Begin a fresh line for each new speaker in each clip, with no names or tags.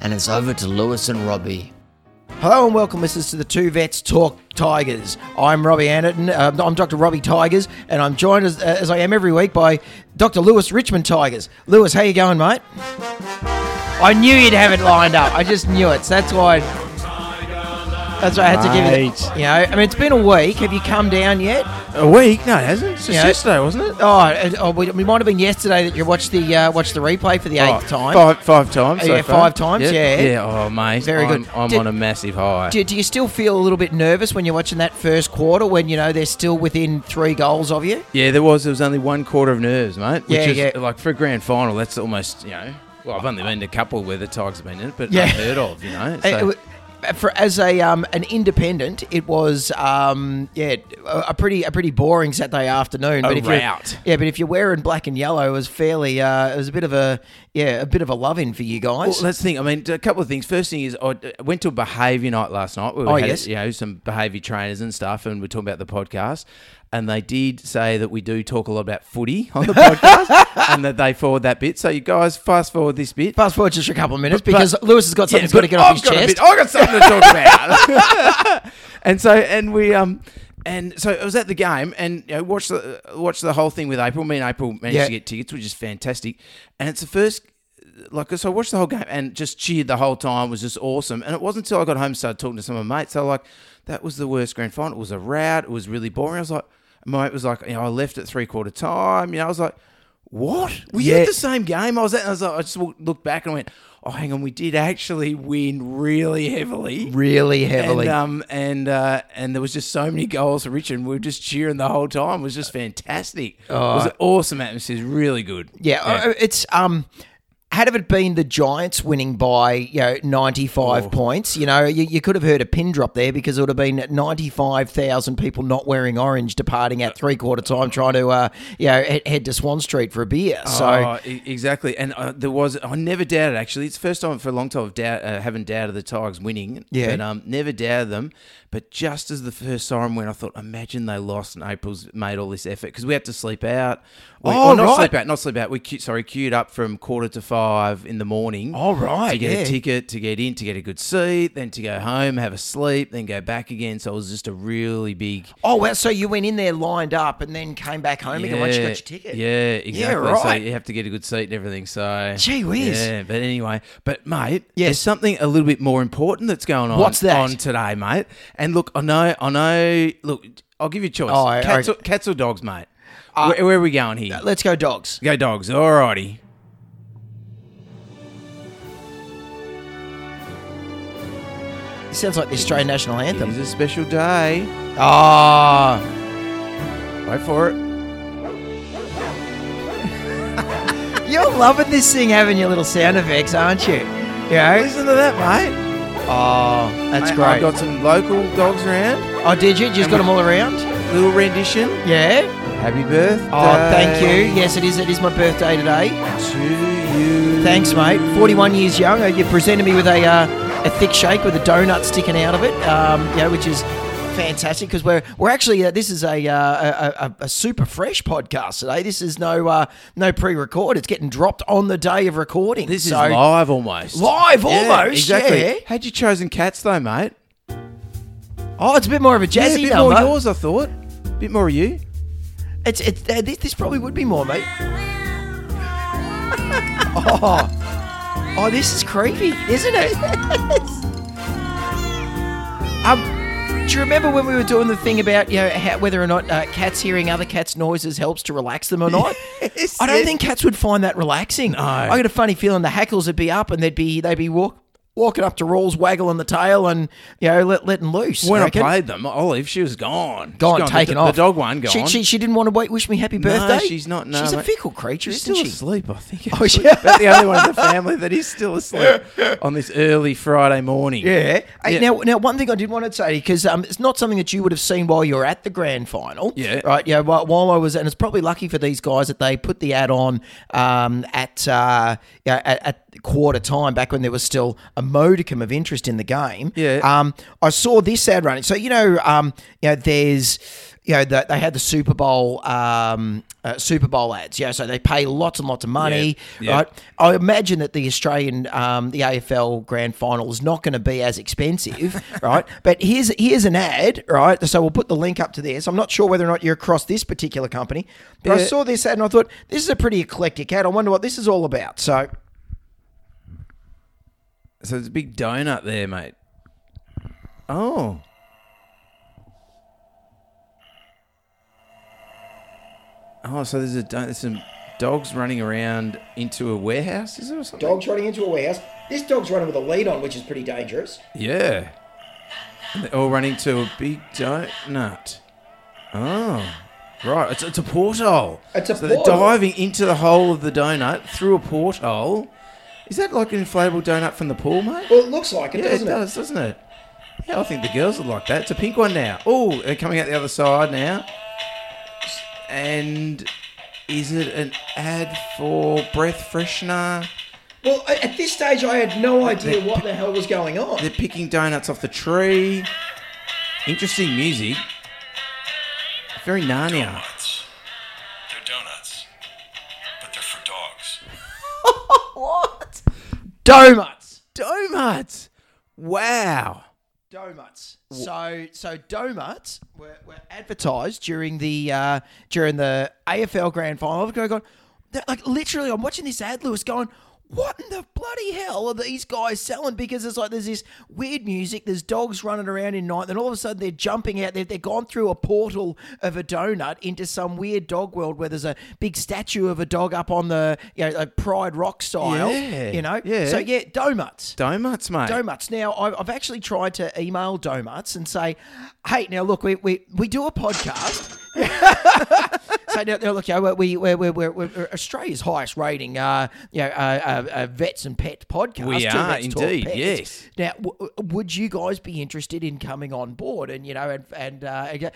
and it's over to Lewis and Robbie.
Hello and welcome, listeners, to the Two Vets Talk Tigers. I'm Robbie Anderton. Uh, I'm Dr. Robbie Tigers, and I'm joined as, uh, as I am every week by Dr. Lewis Richmond Tigers. Lewis, how you going, mate? I knew you'd have it lined up. I just knew it. So that's why. That's why I had to give you.
Mate.
The, you know, I mean, it's been a week. Have you come down yet?
A week? No, it hasn't. It's just
Yeah.
yesterday, wasn't it?
Oh, and- oh we, we might have been yesterday that you watched the uh, watched the replay for the eighth
Oh,
time.
Five, five times.
Oh,
so
yeah,
far.
five times, yeah.
Yeah. Oh, mate.
Very
I'm,
good.
I'm
Did-
on a massive high.
Do, do you still feel a little bit nervous when you're watching that first quarter when you know they're still within three goals of you?
yeah, there was. There was only one quarter of nerves, mate. Which
Yeah,
is,
yeah.
Like for a grand final, that's almost you know. Well, I've only been to a couple where the Tigers have been in it, but
Yeah.
unheard of, you know.
It- it
So,
wa- for as a um, an independent, it was um, yeah a a pretty a pretty boring Saturday afternoon.
A
but if you're-
rout.
yeah, but if you're wearing black and yellow, it was fairly uh, it was a bit of a yeah a bit of a love in for you
well,
guys.
that's the thing. I mean, a couple of things. First thing is, I d- went to a behaviour night last night where we
Oh,
had
yes.
you know some behaviour trainers and stuff, and we're talking about the podcast. And they did say that we do talk a lot about footy on the podcast, and that they forward that bit. So you guys fast forward this bit.
Fast forward just a couple of minutes
But-
because Lewis has got something he's got to
but
get off
I've
his
got a
chest.
bit- I've got something to talk about. and so, and we, um, and so I was at the game and you know, watched the watched the whole thing with April. Me and April managed
Yeah.
to get tickets, which is fantastic. And it's the first, like, so I watched the whole game and just cheered the whole time. It was just awesome. And it wasn't until I got home and started talking to some of my mates. They were like, "That was the worst grand final. It was a rout. It was really boring." I was like, "My mate was like, you know, I left at three quarter time." You know, I was like. What? Were you
Yeah.
at the same game? I was at. And I was like, I just walked, looked back and went, "Oh, hang on, we did actually win really heavily,
Really heavily.
oh, and um, and uh, and there was just so many goals for Richard. and We were just cheering the whole time. It was just fantastic. it
Oh.
was an awesome atmosphere. It was really good.
Yeah, uh, it's um. Had it been the Giants winning by you know ninety five points, you know you, you could have heard a pin drop there because it would have been ninety five thousand people not wearing orange departing at three quarter time trying to uh, you know head, head to Swan Street for a beer. So
Oh, e- exactly. And uh, there was I never doubted actually. It's the first time for a long time I've doubt, uh, haven't doubted the Tigers winning.
Yeah.
But um, never doubted them. But just as the first siren went, I thought, imagine they lost and April's made all this effort because we had to sleep out. We,
Oh,
or not
right.
sleep out, not sleep out. We que- sorry queued up from quarter to five in the morning.
Oh, right,
To get
yeah.
a ticket, to get in, to get a good seat, then to go home, have a sleep, then go back again. So it was just a really big.
oh well, so you went in there lined up and then came back home again once you got your ticket.
Yeah, exactly. So
right.
you have to get a good seat and everything. So
Gee whiz.
Yeah, but anyway, but mate,
Yes.
there's something a little bit more important that's going on.
What's that?
on today, mate? And look, I know, I know. Look, I'll give you a choice.
Oh, I-
cats,
I- Uh,
or, cats or dogs, mate. where, where are we going here?
Let's go dogs.
Go dogs. Alrighty.
It sounds like the Australian national
It
anthem.
is a special day.
Ah,
Wait for it.
you're loving this thing, having your little sound effects, aren't you? Yeah.
Listen to that, mate.
Oh, that's
Mate,
great.
I've got some local dogs around.
Oh, did you? Just got them all around?
Little rendition.
Yeah.
Happy birthday.
Oh, thank you. Yes, it is. It is my birthday today.
To you.
Thanks, mate. 41 years young. Uh, You presented me with a, uh, a thick shake with a donut sticking out of it, um, yeah, which is fantastic because we're we're actually uh, this is a, uh, a, a a super fresh podcast today. This is no uh, no pre-record. It's getting dropped on the day of recording.
This
So-
is live almost.
Live almost, yeah.
Had you chosen cats though, mate?
Oh, it's a bit more of a
Yeah, a
jazzy
bit
number.
more yours, I thought. Bit more you.
It's it's uh, this, this probably would be more, mate. oh. Oh, this is creepy, isn't it? um, do you remember when we were doing the thing about you know how, whether or not uh, cats hearing other cats' noises helps to relax them or not?
Yes,
I don't
yes.
think cats would find that relaxing. I got a funny feeling the hackles would be up and they'd be they'd be walk walking up to Rawls, waggling the tail, and you know let, letting loose.
When
I
I
reckon.
played them, Olive, she was gone. She's
gone,
The
taken
do-
off.
The dog one gone.
She, she, she didn't want to wait, wish me happy birthday.
she's not, no,
she's a
mate.
fickle creature,
She's
isn't
still
she?
asleep, I think.
Oh,
actually.
yeah.
About the only one in the family that is still asleep on this early Friday morning.
Yeah. Hey,
Yeah.
Now, now, one thing I did want to say because um, it's not something that you would have seen while you were at the grand final.
Yeah.
Right. Yeah. While, while I was, and it's probably lucky for these guys that they put the ad on um, at, uh, yeah, at at quarter time back when there was still a modicum of interest in the game.
Yeah.
Um, I saw this ad running. So you know, um, you know, there's. You know, the, they had the Super Bowl um, uh, Super Bowl ads, yeah. So they pay lots and lots of money,
Yeah.
right? I imagine that the Australian, um, the AFL Grand Final is not going to be as expensive, right? But here's here's an ad, right? So we'll put the link up to this. I'm not sure whether or not you're across this particular company, but I
Yeah.
saw this ad and I thought this is a pretty eclectic ad. I wonder what this is all about. So
So there's a big donut there, mate. Oh. Oh, so there's a don- there's some dogs running around into a warehouse, is it or something?
dogs running into a warehouse. This dog's running with a lead on, which is pretty dangerous.
Yeah. And they're all running to a big donut. Oh. Right, it's, it's a porthole.
It's a
so they're
porthole.
diving into the hole of the donut through a porthole. Is that like an inflatable donut from the pool, mate?
Well, it looks like it,
Yeah, it does, doesn't it? Yeah, I think the girls would like that. It's a pink one now. Oh, they're coming out the other side now. And is it an ad for breath freshener?
Well, at this stage, I had no idea
They-
what the hell was going on.
They're picking donuts off the tree. Interesting music. Very Narnia.
Donuts. They're donuts, but they're for dogs.
what? Donuts.
Donuts. Wow.
Donuts. So so donuts were, were advertised during the uh, during the AFL grand final. I've got that- like literally I'm watching this ad Lewis going what in the bloody hell are these guys selling? Because it's like there's this weird music, there's dogs running around in night, then all of a sudden they're jumping out, they've, they've gone through a portal of a donut into some weird dog world where there's a big statue of a dog up on the, you know, like Pride Rock style,
Yeah,
you know?
yeah.
So yeah, donuts.
Donuts, mate.
Donuts. Now, I've, I've actually tried to email Donuts and say, hey, now look, we, we, we do a podcast. so now, now look, yeah, we, we, we, we're, we're, we're Australia's highest rating uh, you know, uh, uh, uh, vets and pet podcast.
We
Two
are
Vets Talk
indeed,
Pets.
yes.
Now, w- would you guys be interested in coming on board and, you know, and, and uh, and get-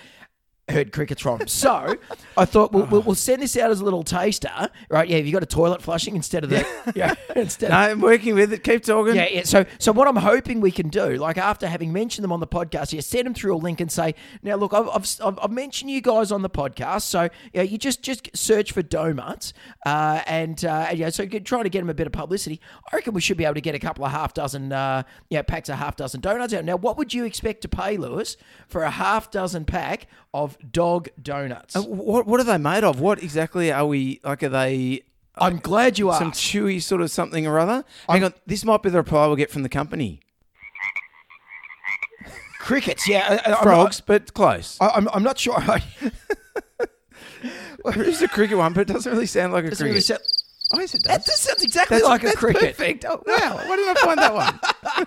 heard crickets from? So I thought we'll,
Oh.
we'll, we'll send this out as a little taster, right? Yeah, have you got a toilet flushing instead of the. Yeah, instead
No, I'm working with it. Keep talking.
yeah, yeah. So, so what I'm hoping we can do, like after having mentioned them on the podcast, here, send them through a link and say, now look, I've, I've, I've, I've mentioned you guys on the podcast, so yeah, you just just search for donuts, uh, and uh, and, yeah, so get- try to get them a bit of publicity. I reckon we should be able to get a couple of half dozen, uh, yeah, packs of half dozen donuts out. Now, what would you expect to pay, Lewis, for a half dozen pack of dog donuts?
What, what are they made of? What exactly are we like? Are they
I'm glad you asked.
some chewy sort of something or other. Hang on, this might be the reply we'll get from the company.
crickets, yeah, I- I- I'm
Frogs, but close.
Not, I- I'm, I'm not sure.
It's a cricket one, but it doesn't really sound like a
Doesn't really
cricket.
sound-
Oh, yes, it does.
That just sounds exactly
That's-
like a
that's
cricket.
Perfect. Oh, wow. Why didn't I find that one?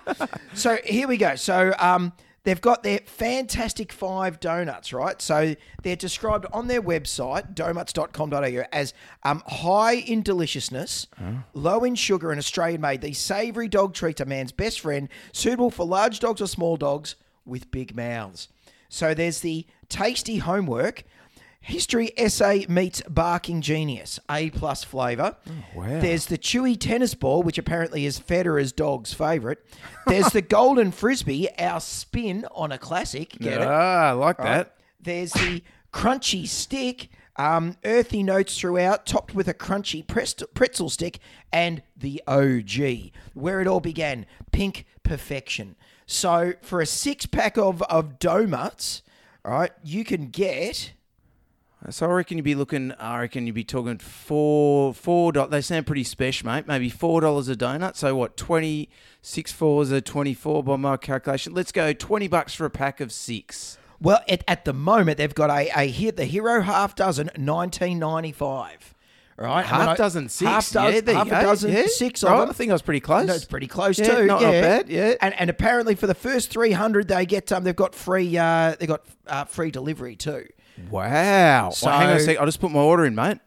So here we go. So um, they've got their fantastic five donuts, right? So they're described on their website, donuts.com.au, as um, high in deliciousness, low in sugar, and Australian made. These savoury dog treats are man's best friend, suitable for large dogs or small dogs with big mouths. So there's the tasty homework. History essay meets barking genius. A plus flavour.
wow.
There's the chewy tennis ball, which apparently is Federer's dog's favourite. There's the golden frisbee, our spin on a classic. Get it?
Ah, I like that.
There's the crunchy stick, um, earthy notes throughout, topped with a crunchy prest- pretzel stick, and the OG, where it all began, pink perfection. So for a six pack of of doughnuts, all right, you can get.
So I reckon you'd be looking. I reckon you'd be talking four four. Do- they sound pretty special, mate. Maybe four dollars a donut. So what? Twenty six fours are twenty four by my calculation. Let's go twenty bucks for a pack of six.
Well, at, at the moment they've got a, a hit the hero half dozen 1995. All right,
Half
And when
dozen, six.
half, dozen,
Yeah, there you
half
go.
a dozen,
Yeah.
six.
Right,
of them.
I think I was pretty close.
No, it's pretty close
Yeah,
too.
not-
yeah.
not bad, yeah.
and and apparently for the first three hundred, they get um, they've got free uh, they got uh, free delivery too.
Wow.
So-
Well, hang on a sec. I'll just put my order in, mate.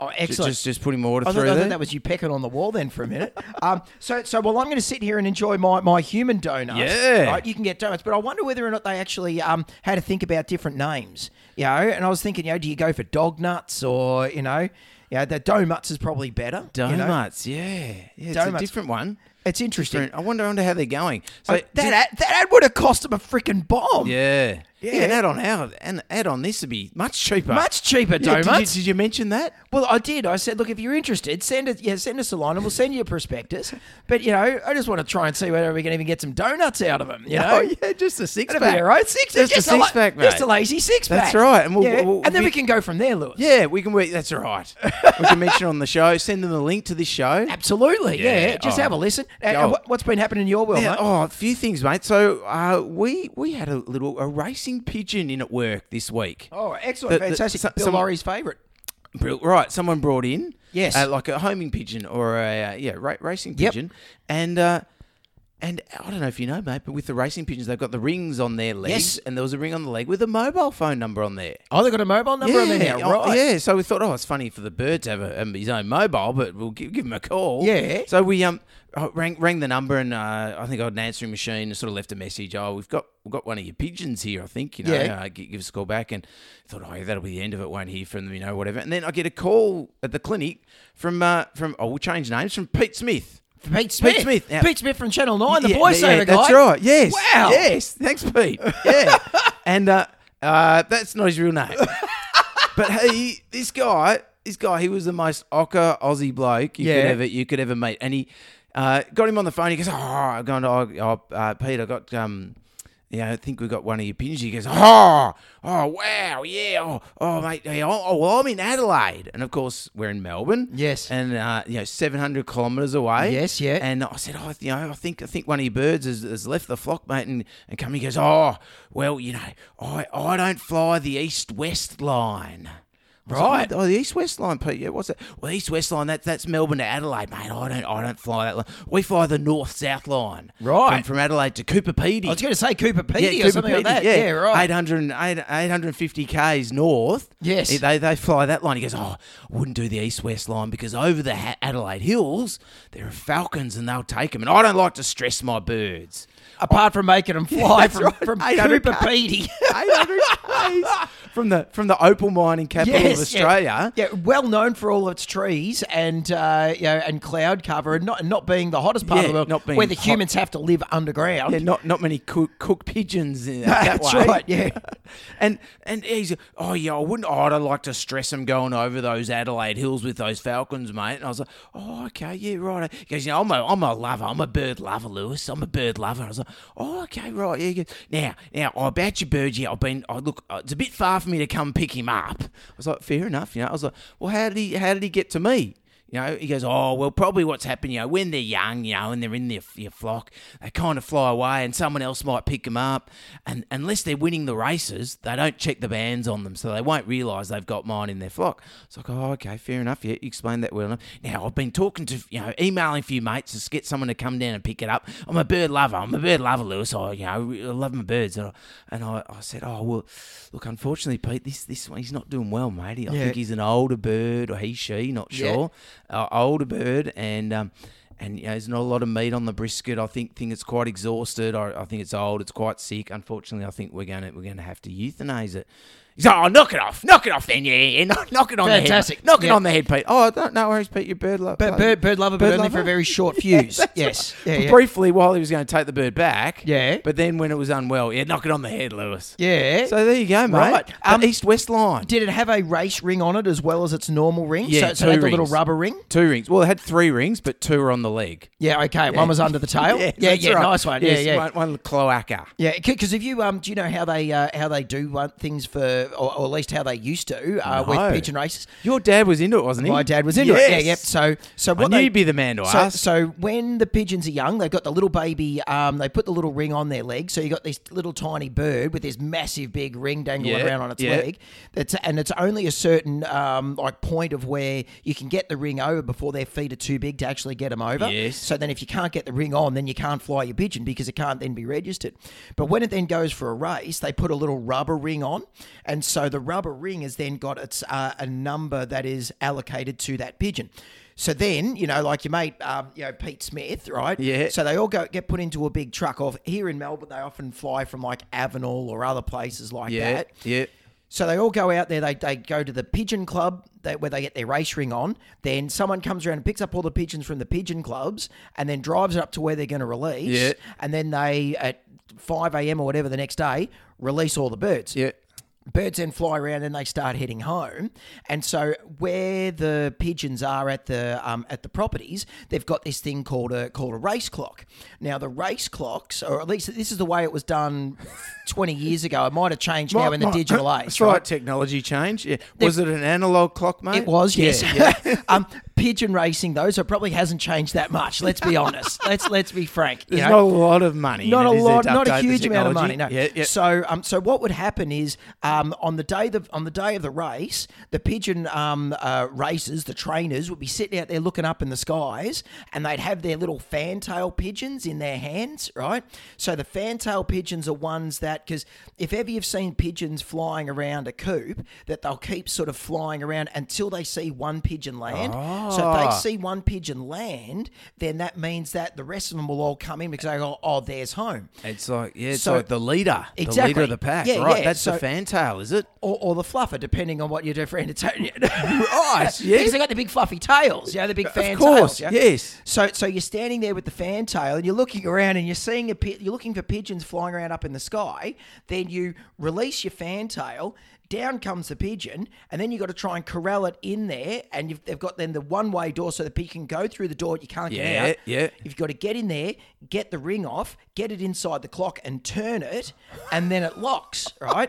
Oh,
J-
excellent.
Just, just putting my order
I
through
thought, I
there.
thought that was you pecking on the wall then for a minute. Um, so, so well, I'm going to sit here and enjoy my, my human donuts.
Yeah.
right? you can get donuts, but I wonder whether or not they actually um, had to think about different names. You know, and I was thinking, you know, do you go for dog nuts or you know, yeah, the donuts is probably better. you know?
Donuts, yeah. yeah it's a
Donuts.
different one.
It's interesting.
Different. I wonder, I wonder how they're going. So
Oh, that ad, that ad would have cost them a freaking bomb.
yeah. yeah,
Yeah.
An add on our, an add on this would be much cheaper.
Much cheaper
Yeah, did you-
donuts.
did you mention that?
Well, I did. I said, look, if you're interested, send us, yeah, send us a line, and we'll send you a prospectus. But you know, I just want to try and see whether we can even get some donuts out of them. You know,
Oh yeah, just a six
That'd be
pack.
all right. Six,
just, a
la-
six pack, mate.
Just a lazy six pack.
That's right, and
And,
we'll-
yeah.
we'll-
and then
we-
we can go from there, Lewis.
Yeah, we can wait. That's all right. we can mention on the show. Send them the link to this show.
Absolutely. Yeah.
Yeah,
Just
oh.
have a listen. Uh, And,
Oh.
and what, what's been happening in your world,
Now,
mate?
oh, a few things, mate. So uh, we we had a little a racing pigeon in at work this week.
Oh, excellent.
The- the-
Fantastic.
so-
Bill
someone-
Laurie's favourite.
Brill- Right, someone brought in
Yes.
uh, like a homing pigeon or a uh, yeah ra- racing
Yep.
pigeon, and uh, and I don't know if you know, mate, but with the racing pigeons, they've got the rings on their legs,
Yes.
and there was a ring on the leg with a mobile phone number on there.
Oh, they've got a mobile number on there now,
oh,
right?
Yeah, so we thought, oh, it's funny for the bird to have a, um, his own mobile, but we'll give, give him a call.
Yeah.
So we um uh, rang rang the number, and uh, I think I had an answering machine and sort of left a message. Oh, we've got we've got one of your pigeons here, I think. You know,
Yeah.
uh, gi- give us a call back, and thought, oh, yeah, that'll be the end of it. Won't hear from them, you know, whatever. And then I get a call at the clinic from uh, from oh, we'll change names from Pete Smith.
Pete Smith.
Smith, now-
Pete Smith from Channel 9, the
Yeah,
voiceover
yeah,
guy.
That's right. Yes.
Wow.
Yes. Thanks, Pete. Yeah. and uh, uh, that's not his real name. but he, this guy, this guy, he was the most ocker Aussie bloke you could
Yeah.
ever you could ever meet, and he uh, got him on the phone. He goes, "Oh, I'm going to oh, oh, uh, Pete. I got um." Yeah, I think we got one of your pins. He goes, oh, oh, wow, yeah, oh, oh mate, yeah, oh, oh, well, I'm in Adelaide, and of course we're in Melbourne.
Yes.
and uh, you know, 700 kilometres away.
Yes, yeah.
And I said, oh, you know, I think I think one of your birds has, has left the flock, mate, and, and come. He goes, oh, well, you know, I, I don't fly the east west line. I was like,
Right.
oh, the east west line, Pete. Yeah, what's that? Well, east west line. That, that's Melbourne to Adelaide, mate. I don't I don't fly that line. We fly the north south line.
Right.
From, from Adelaide to Cooper
I was
Pedy.
going to say Cooper
Yeah,
Petey or
Coober
something like
Pedy,
that. Yeah, right.
800, 850 k's north.
Yes.
They, they fly that line. He goes, oh, I wouldn't do the east-west line because over the ha- Adelaide Hills there are falcons and they'll take them. And I don't like to stress my birds.
Apart from making them fly
that's
from,
right.
from
800
Cooper Petey.
800 k's from the from the opal mining capital of
Yes, yeah.
Australia.
Yeah, well known for all its trees and uh, you know, and cloud cover, and not and not being the hottest part
Yeah,
of the world,
not being
where the
hot.
humans have to live underground.
Yeah, not not many cook, cook pigeons. In that
That's
way.
right, yeah.
and and he's oh yeah, I wouldn't. Oh, I'd like to stress him going over those Adelaide hills with those falcons, mate. And I was like, oh okay, yeah, right. He goes, you know, I'm a I'm a lover. I'm a bird lover, Lewis. I'm a bird lover. I was like, oh okay, right. Yeah. He goes, now now I about your bird. Yeah, I've been. I look, uh, it's a bit far for me to come pick him up. I was like, fair enough. You know, I was like, well, how did he how did he get to me? You know, he goes, oh, well, probably what's happened, you know, when they're young, you know, and they're in their, your flock, they kind of fly away and someone else might pick them up. And unless they're winning the races, they don't check the bands on them, so they won't realise they've got mine in their flock. It's like, oh, okay, fair enough. Yeah, you explained that well enough. Now, I've been talking to, you know, emailing a few mates to get someone to come down and pick it up. I'm a bird lover. I'm a bird lover, Lewis. I, you know, I love my birds. And I, and I, I said, oh, well, look, unfortunately, Pete, this, this one, he's not doing well, mate. I think he's an older bird or he, she, not
Yeah.
sure uh, older bird, and um, and you know, there's not a lot of meat on the brisket. I think think it's quite exhausted. I, I think it's old. It's quite sick. Unfortunately, I think we're gonna we're gonna have to euthanize it. He's like, oh, knock it off, knock it off, then yeah, yeah, knock, knock it on
Fantastic.
the head, mate. knock it
Yeah.
on the head, Pete. Oh, don't, no worries, Pete. Your bird lover,
But bird, bird lover, but only for a very short fuse.
that's
yes,
right.
yeah, yeah.
Briefly, while he was going to take the bird back,
Yeah.
But then when it was unwell, yeah, knock it on the head, Lewis.
Yeah.
So there you go, mate.
Right.
The
Um,
East-West line.
Did it have a race ring on it as well as its normal ring?
Yeah,
so, so it had
two
the little
rings.
rubber ring.
Two rings. Well, it had three rings, but two were on the the leg.
Yeah, okay. One was under the tail. yeah, yeah,
that's right.
nice one. Yeah,
Yes,
yeah.
One, one cloaca.
Yeah, because if you um, do you know how they uh, how they do one, things for, or, or at least how they used to uh,
No.
with pigeon races?
Your dad was into it, wasn't he?
My dad was into it. Yeah, yep. So, so what
I knew
they,
you'd be the man to
so,
ask.
So when the pigeons are young, they've got the little baby. Um, they put the little ring on their leg. So you got this little tiny bird with this massive big ring dangling
Yeah,
around on its
yeah.
leg. That's and it's only a certain um, like point of where you can get the ring over before their feet are too big to actually get them over.
Yes.
So then if you can't get the ring on, then you can't fly your pigeon because it can't then be registered. But when it then goes for a race, they put a little rubber ring on, and so the rubber ring has then got its uh, a number that is allocated to that pigeon. So then, you know, like your mate, um, you know, Pete Smith, right?
Yeah.
So they all go get put into a big truck off here in Melbourne. They often fly from like Avenel or other places like
yeah,
that.
yeah.
So they all go out there. They, they go to the pigeon club they, where they get their race ring on. Then someone comes around and picks up all the pigeons from the pigeon clubs and then drives it up to where they're going to release.
Yeah.
And then they, at 5 a.m. or whatever the next day, release all the birds.
Yeah.
Birds then fly around and they start heading home. And so where the pigeons are at the um, at the properties, they've got this thing called a called a race clock. Now the race clocks, or at least this is the way it was done twenty years ago. It might have changed now in the
My- my-
digital age.
That's right. Technology change. Yeah. Was it an analog clock, mate?
It was, yes. um, pigeon racing though, so it probably hasn't changed that much. Let's be honest. let's let's be frank. you
There's
know?
not a lot of money.
Not
in
a
it, is
lot,
there, to
not a
update the
huge amount of money.
technology?
No.
Yeah, yeah.
So, um, so what would happen is, um, on the day the on the day of the race, the pigeon um, uh, racers, the trainers would be sitting out there looking up in the skies, and they'd have their little fantail pigeons in their hands, right? So the fantail pigeons are ones that because if ever you've seen pigeons flying around a coop, that they'll keep sort of flying around until they see one pigeon land. So if they see one pigeon land, then that means that the rest of them will all come in because they go, oh, there's home.
It's like yeah, it's
So-
like the leader, the leader
Exactly.
of the pack,
Yeah,
right?
yeah.
That's
So-
the fantail, is it?
or, or the fluffer, depending on what you do for entertainment.
Right, yeah.
Because they got the big fluffy tails, you know, the big fan
course,
tails. yeah?
yes.
So, so you're standing there with the fan tail, and you're looking around, and you're seeing a pi- you're looking for pigeons flying around up in the sky. Then you release your fan tail. Down comes the pigeon, and then you got to try and corral it in there. And you've, they've got then the one way door so the pigeon can go through the door. You can't get
Yeah,
out.
yeah.
You've got to get in there, get the ring off, get it inside the clock, and turn it, and then it locks, right?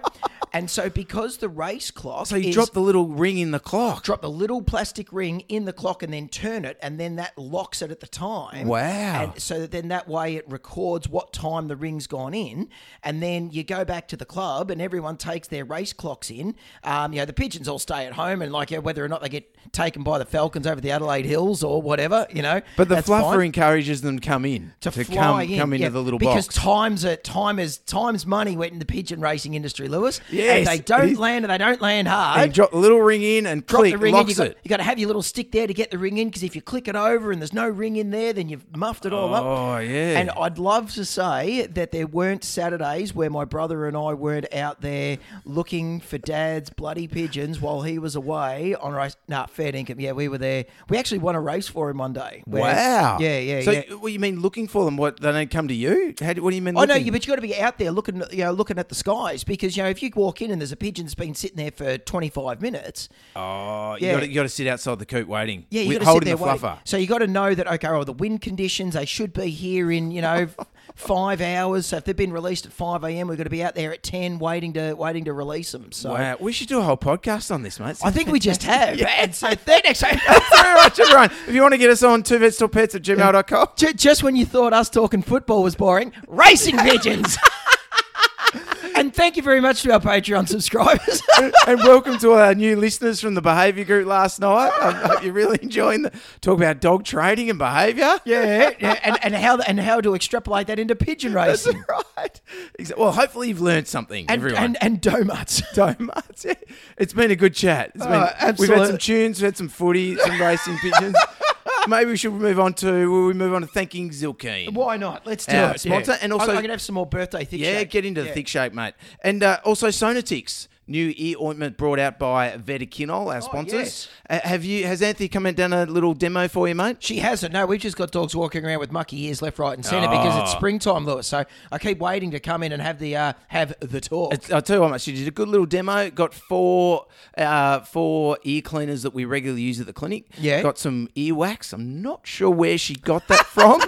and so because the race clock,
So you
is-
drop the little ring in the clock.
drop the little plastic ring in the clock, and then turn it, and then that locks it at the time.
Wow.
And so that then that way it records what time the ring's gone in, and then you go back to the club, and everyone takes their race clocks in. Um, you know, the pigeons all stay at home, and like you know, whether or not they get taken by the Falcons over the Adelaide Hills or whatever, you know.
But the
that's
fluffer
fine
encourages them to come in
to,
come
fly in,
come into
yeah,
the little
because
box.
times are time is time's money went in the pigeon racing industry, Lewis. if
Yes,
they
it
don't
is.
land and they don't land hard.
and you drop the little ring in and
drop
click
the ring in. You
locks
got,
it.
you got to have your little stick there to get the ring in because if you click it over and there's no ring in there, then you've muffed it all up.
Oh, yeah.
And I'd love to say that there weren't Saturdays where my brother and I weren't out there looking for dad's bloody pigeons while he was away on race. Nah, fair income. Yeah, we were there. We actually won a race for him one day. where-
Wow.
Yeah, yeah,
So
yeah.
you- what you mean looking for them? What they don't come to you? How do, what do you mean?
I know
looking?
Oh, you, but you got to be out there looking, you know, looking at the skies because you know if you walk in and there's a pigeon that's been sitting there for 25 minutes,
Oh,
Yeah.
you got to sit outside the coop waiting.
yeah,
with-
you got to sit
holding
there
the
waiting.
fluffer.
So you got to know that okay, well, the wind conditions they should be here in you know five hours. So if they've been released at 5 a.m., we're going to be out there at 10 waiting to waiting to release them. So.
Wow, we should do a whole podcast on this, mate.
I think we just have. And so thanks.
Thanks very much, everyone. If you want to get us on, two vets till pets at gmail.com.
Ju- Just when you thought us talking football was boring, racing pigeons. and thank you very much to our Patreon subscribers.
and welcome to our new listeners from the behaviour group last night. I hope you're really enjoying the talk about dog trading and behaviour.
Yeah, yeah, and, and how and how to extrapolate that into pigeon
That's
racing
right. Exa- Well, hopefully you've learned something,
and,
everyone.
and and donuts.
so much. Yeah. It's been a good chat. It's been,
Oh,
we've had
absolutely.
some tunes, we've had some footy, some racing pigeons. Maybe we should move on to will we move on to thanking Zilkeen.
Why not? Let's do
Our
it.
sponsor, and
I'm-
also-
I'm, gonna have some more birthday thick
Yeah,
shake.
get into the
Yeah.
thick shape, mate. And uh, also Sonatix. new ear ointment brought out by Vetiquinol, our sponsors.
Oh, yes.
Uh, have you? Has Anthony come and done a little demo for you, mate?
She hasn't. No, we've just got dogs walking around with mucky ears left, right, and centre
Oh.
because it's springtime, Lewis. So I keep waiting to come in and have the uh, have the talk.
It's- I'll tell you what, mate, she did a good little demo. Got four, uh, four ear cleaners that we regularly use at the clinic.
Yeah.
Got some ear wax. I'm not sure where she got that from,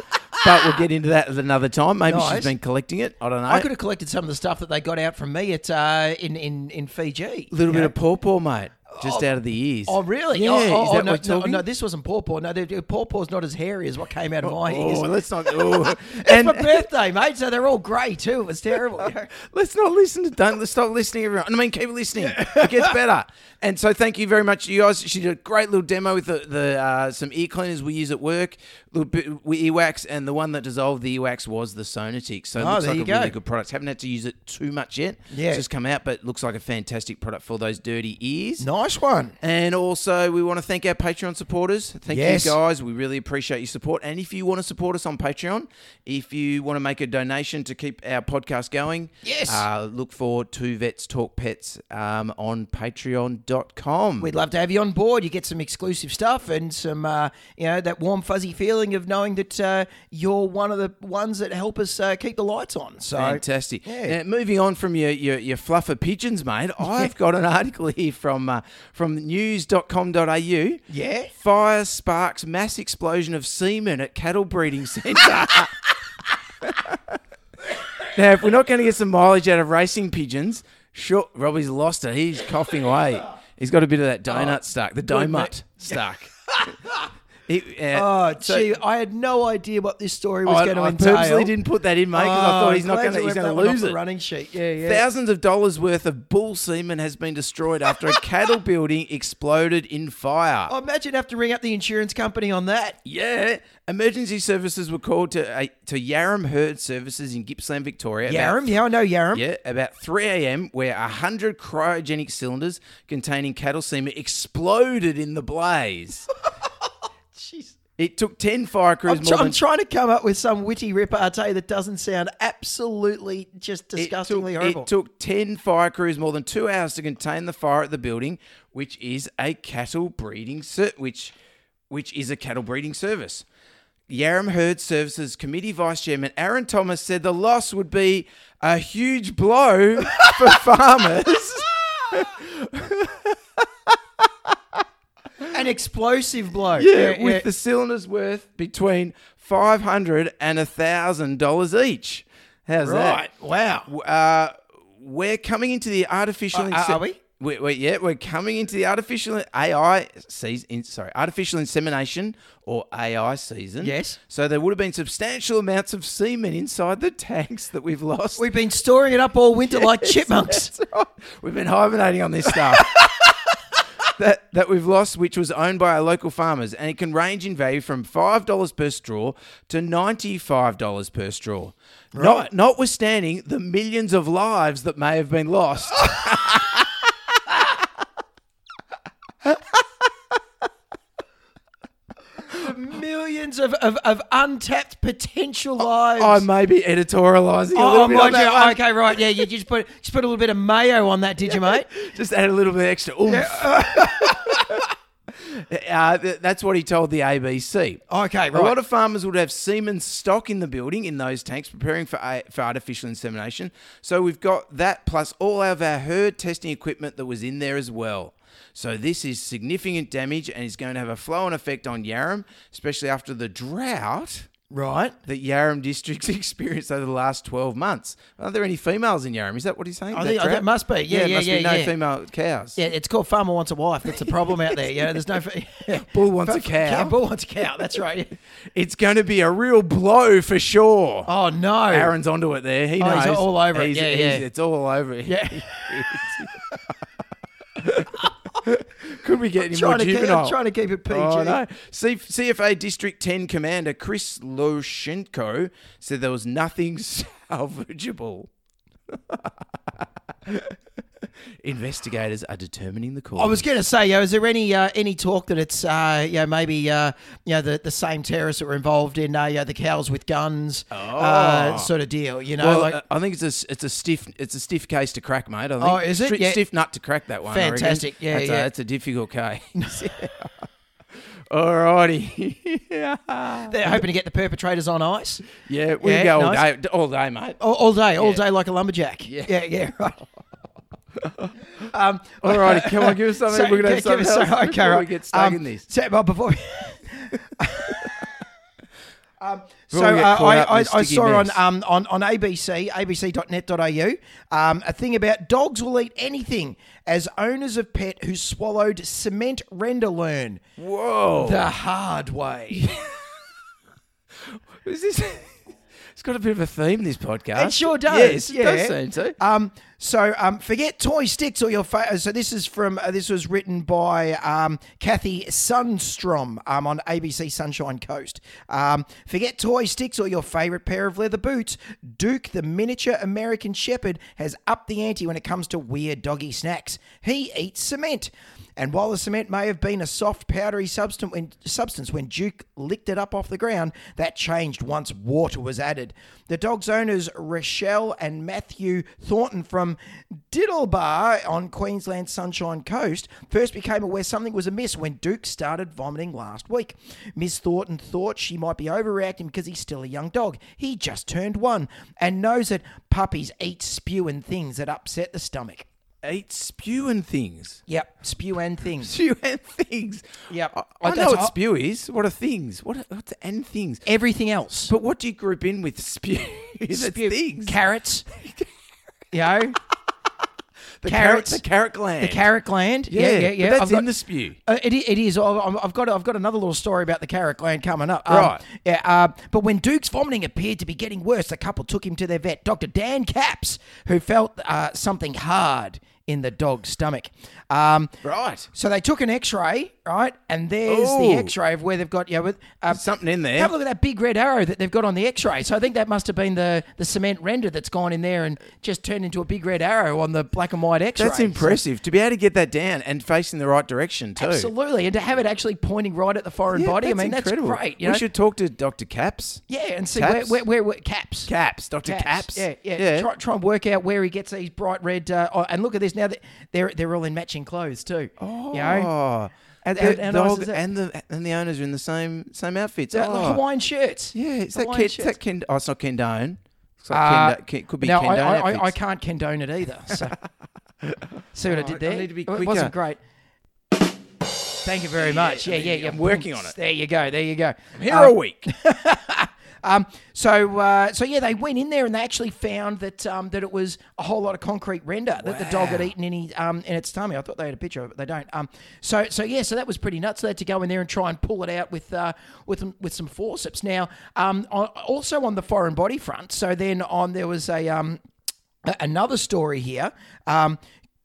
but we'll get into that at another time. Maybe she's
Nice.
been collecting it. I don't know.
I could have collected some of the stuff that they got out from me at uh, in in in Fiji.
a little bit of pawpaw, mate, just out of the ears.
Oh really?
Yeah.
Oh, oh,
is that
oh, no,
what we're
no,
talking?
no, this wasn't pawpaw. No, the, the pawpaw's not as hairy as what came out of my ears.
Oh, let's not. Oh.
It's
and
my birthday, mate. So they're all grey too. It was terrible.
let's not listen to. Don't let's stop listening, everyone. I mean, keep listening. It gets better. And so, thank you very much, you guys. She did a great little demo with the, the uh, some ear cleaners we use at work, little bit with earwax, and the one that dissolved the earwax was the Sonatic. So, it
Oh,
looks
there
like
you
a
go.
really good product. Haven't had to use it too much yet.
Yeah.
it's just come out, but it looks like a fantastic product for those dirty ears.
nice one.
And also, we want to thank our Patreon supporters. Thank
Yes.
you guys. We really appreciate your support. And if you want to support us on Patreon, if you want to make a donation to keep our podcast going,
Yes.
uh, look for Two Vets Talk Pets um, on patreon.com.
We'd love to have you on board. You get some exclusive stuff and some, uh, you know, that warm fuzzy feeling of knowing that uh, you're one of the ones that help us uh, keep the lights on. So
Fantastic.
Yeah.
Now, moving on from your, your, your fluffer pigeons, mate, I've got an article here from uh, from news.com.au.
Yeah.
Fire sparks mass explosion of semen at cattle breeding centre. now, if we're not going to get some mileage out of racing pigeons, sure, Robbie's lost it. He's coughing away. He's got a bit of that donut
Oh,
stuck, the donut stuck. He- uh,
Oh,
so-
gee, I had no idea what this story Oh, was
I,
going to
I
entail.
purposely didn't put that in, mate, because I
Oh,
thought he's not
glad
going to
you left
he's going
that
to
one off
lose
the
it.
Running sheet, yeah, yeah.
Thousands of dollars worth of bull semen has been destroyed after a cattle building exploded in fire.
I Oh, imagine have to ring up the insurance company on that.
Yeah, emergency services were called to uh, to Yarram Herd Services in Gippsland, Victoria. about-
Yarram, yeah, I know Yarram.
yeah, about 3 a.m., where 100 cryogenic cylinders containing cattle semen exploded in the blaze.
Jeez.
It took 10 fire crews
I'm,
more
try- I'm
than
trying to come up with some witty repartee that doesn't sound absolutely just disgustingly
it took,
horrible.
It took 10 fire crews more than two hours to contain the fire at the building, which is a cattle breeding ser- which which is a cattle breeding service. Yarram Herd Services Committee Vice Chairman Aaron Thomas said the loss would be a huge blow for farmers.
An explosive blow.
yeah, with the cylinders worth between five hundred and a thousand dollars each. How's
Right.
that?
Wow.
W- Uh, we're coming into the artificial.
Uh, Are- are we?
We, we- yeah, we're coming into the artificial AI season. In, sorry, artificial insemination or AI season.
Yes.
So there would have been substantial amounts of semen inside the tanks that we've lost.
We've been storing it up all winter like chipmunks.
We've been hibernating on this stuff. That, that we've lost, which was owned by our local farmers, and it can range in value from five dollars per straw to ninety-five dollars per straw. Not, notwithstanding the millions of lives that may have been lost.
Millions of, of, of untapped potential lives.
I may be editorializing a
oh,
little bit.
my
on that
God.
one.
Okay, right. Yeah, you just put just put a little bit of mayo on that, did you, mate?
Just add a little bit extra oomph. uh, th- that's what he told the ABC.
Okay,
A
right.
lot of farmers would have semen stock in the building in those tanks, preparing for a- for artificial insemination. So we've got that plus all of our herd testing equipment that was in there as well. So this is significant damage and is going to have a flow-on effect on Yarram, especially after the drought
Right.
that Yarram districts experienced over the last 12 months. Are there any females in Yarram? Is that what he's saying?
I think- I think
drought?
it must be. Yeah,
there
yeah,
must
yeah,
be no
yeah.
female cows.
Yeah, it's called Farmer Wants a Wife. That's the problem out there. You know, there's no.
Bull wants a
Yeah,
cow.
bull wants a cow. That's right.
It's going to be a real blow for sure.
Oh, no.
Aaron's onto it there. He
Oh,
knows.
he's all over it.
He's-
Yeah,
he's-
yeah.
It's all over it.
Yeah.
Could we get any more
trying to, keep,
juvenile?
I'm trying to keep it PG.
Oh, no. C- CFA District 10 Commander Chris Loshenko said there was nothing salvageable. Investigators are determining the cause.
I was going to say, you know, is there any uh, any talk that it's uh, you know maybe uh, you know the, the same terrorists that were involved in uh, you know, the cows with guns uh, sort of deal? You know,
Oh. Well,
like
uh, I think it's a s- it's a stiff it's a stiff case to crack, mate. I think.
Oh, is it?
Stif-
Yeah.
Stiff nut to crack that one. I reckon.
Fantastic. Yeah,
that's
yeah.
A, that's a difficult case. Alrighty. yeah.
they're hoping to get the perpetrators on ice
Yeah, we
Yeah,
go all
nice.
day, all day, mate.
all, all day, all
Yeah.
day like a lumberjack. Yeah, yeah, right. um,
All righty, come on, give us something. We're gonna have
give us
something
some-
else
okay,
before we
right.
get stuck
Um,
in this.
So, well, before. We, Um, so
we get
uh,
caught up in
I, I,
this
I
sticky
saw
mess.
on, um, on on ABC abc.net.au um, a thing about dogs will eat anything as owners of pet who swallowed cement Renderlearn
Whoa.
the Oh. hard way.
Is this? it's got a bit of a theme. This podcast.
It sure does.
Yes, it
yeah.
does seem to.
Um, so um, forget toy sticks or your. Fa- so this is from uh, this was written by um, Kathy Sundstrom um, on ABC Sunshine Coast. Um, forget toy sticks or your favourite pair of leather boots. Duke, the miniature American Shepherd, has upped the ante when it comes to weird doggy snacks. He eats cement. And while the cement may have been a soft, powdery substance when, substance when Duke licked it up off the ground, that changed once water was added. The dog's owners, Rochelle and Matthew Thornton from Diddlebar on Queensland's Sunshine Coast, first became aware something was amiss when Duke started vomiting last week. Miss Thornton thought she might be overreacting because he's still a young dog. He just turned one and knows that puppies eat spew and things that upset the stomach.
Eat spewing things.
Yep, spew and things.
Spewing things.
Yep.
I, I
Like,
know
that's
what
hot-
spew is. What are things? What are, what's and things?
Everything else.
But what do you group in with spew? Is it
Spew-
things?
Carrots. you know,
the
carrots.
Carrot, the carrot gland.
the carrot gland. Yeah, yeah, yeah.
but that's
I've got-
in the spew.
Uh, it, i- it is. I've- I've I've got. I've got another little story about the carrot gland coming up. Um,
Right.
Yeah. Uh, but when Duke's vomiting appeared to be getting worse, the couple took him to their vet, Doctor Dan Caps, who felt uh, something hard in the dog's stomach. Um,
Right.
So they took an X-ray, right? And there's the
Ooh.
X-ray of where they've got. Yeah. with uh,
Something in there.
Have a look at that big red arrow that they've got on the X-ray. So I think that must have been the the cement render that's gone in there and just turned into a big red arrow on the black and white X-ray.
That's impressive to be able to get that down and facing the right direction too.
Absolutely, and to have it actually pointing right at the foreign
Yeah,
body, I
that's
mean, that's
incredible.
great. You
we
know?
should talk to Dr. Caps.
yeah, and see
Taps?
where, where, where, where caps.
Caps, Dr. Caps.
Yeah, yeah. Try, try and work out where he gets these bright red. Uh, oh, and look at this now. that They're they're all in matching clothes too. Oh, you know?
Oh,
And-
the
and- and
dog
ours is it.
and the and the owners are in the same same outfits.
The- the
oh.
Hawaiian shirts.
Yeah, is that,
Hawaiian
kid, is
shirts.
that Ken? Oh, it's not Kendone. It's
Uh,
like Kendo- Ken, could be
now,
Kendone.
I, I, I, I
outfits.
can't condone it either. So. See what I did
I- I
there?
need to be
It wasn't
quicker.
great. Thank you very much. Yeah, yeah, yeah.
I'm working on it.
There you go. There you go.
Here
Um,
a week.
Um, so, uh, so yeah, they went in there and they actually found that um, that it was a whole lot of concrete render that the dog had eaten in his, um, in its tummy. I thought they had a picture of it, but they don't. Um, so, so yeah, so that was pretty nuts. They had to go in there and try and pull it out with uh, with with some forceps. Now, um, on- also on the foreign body front. So then on there was a um, a- another story here. Um,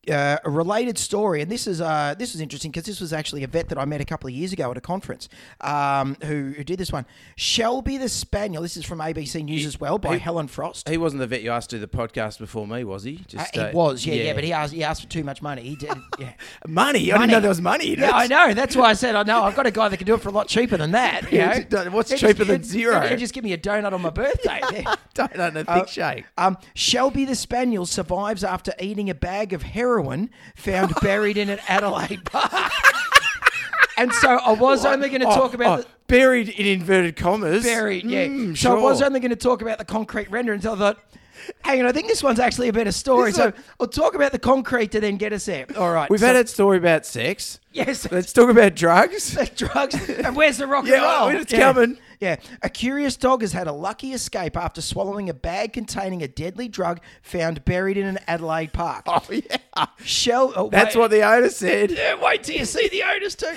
uh, a related story, and this is uh, this is interesting because this was actually a vet that I met a couple of years ago at a conference um, who, who did this one. Shelby the Spaniel. This is from ABC News as well by Helen Frost.
he wasn't the vet you asked to do the podcast before me, was he? Just
Uh,
uh,
he was, yeah, yeah, but he asked he asked for too much money. He did, yeah.
money. I didn't know there was money. In
Yeah,
it.
I know. That's why I said I know. I've got a guy that can do it for a lot cheaper than that. You know?
What's
He'd
cheaper than
he'd-
zero?
He'd just give me a donut on my birthday.
Don't know. Thick shake.
Um, Shelby the Spaniel survives after eating a bag of heroin found buried in an Adelaide bar. and so I was only going to talk about
Oh,
the
buried in inverted commas.
buried, yeah.
Mm,
So I was
sure.
only going to talk about the concrete render until I thought, hang on, I think this one's actually a better story.
This
So
one-
I'll talk about the concrete to then get us there. All right.
We've
so-
had a story about sex.
Yes.
Let's talk about drugs.
drugs. And where's the rock
Yeah,
and roll?
it's coming.
Yeah. A curious dog has had a lucky escape after swallowing a bag containing a deadly drug found buried in an Adelaide park.
Oh yeah.
Shell. oh,
That's
wait.
what the owner said.
Yeah, wait till you see the Otis too.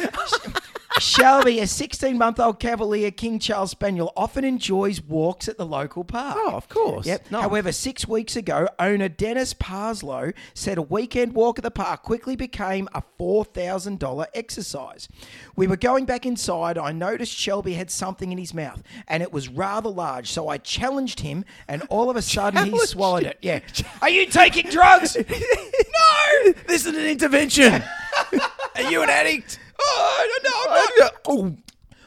Shelby, a 16 month old Cavalier King Charles Spaniel, often enjoys walks at the local park.
Oh, of course.
Yep.
No.
However, six weeks ago, owner Dennis Parslow said a weekend walk at the park quickly became a $4,000 exercise. We were going back inside. I noticed Shelby had something in his mouth and it was rather large. So I challenged him and all of a sudden he
Challenged
swallowed it. Yeah. Are you taking drugs? no!
this an intervention? Are you an addict?
Oh, no, I'm not. Oh.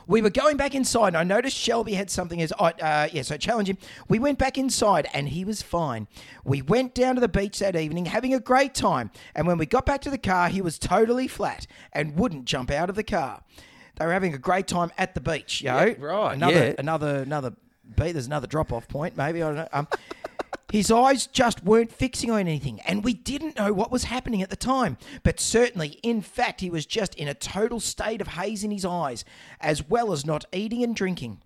We were going back inside, and I noticed Shelby had something. As I, uh, yeah, so challenge him. We went back inside, and he was fine. We went down to the beach that evening, having a great time. And when we got back to the car, he was totally flat and wouldn't jump out of the car. They were having a great time at the beach, yo.
right,
Another,
yeah.
another, another beat. There's another drop off point, maybe. I don't know. Um, his eyes just weren't fixing on anything, and we didn't know what was happening at the time. But certainly, in fact, he was just in a total state of haze in his eyes, as well as not eating and drinking.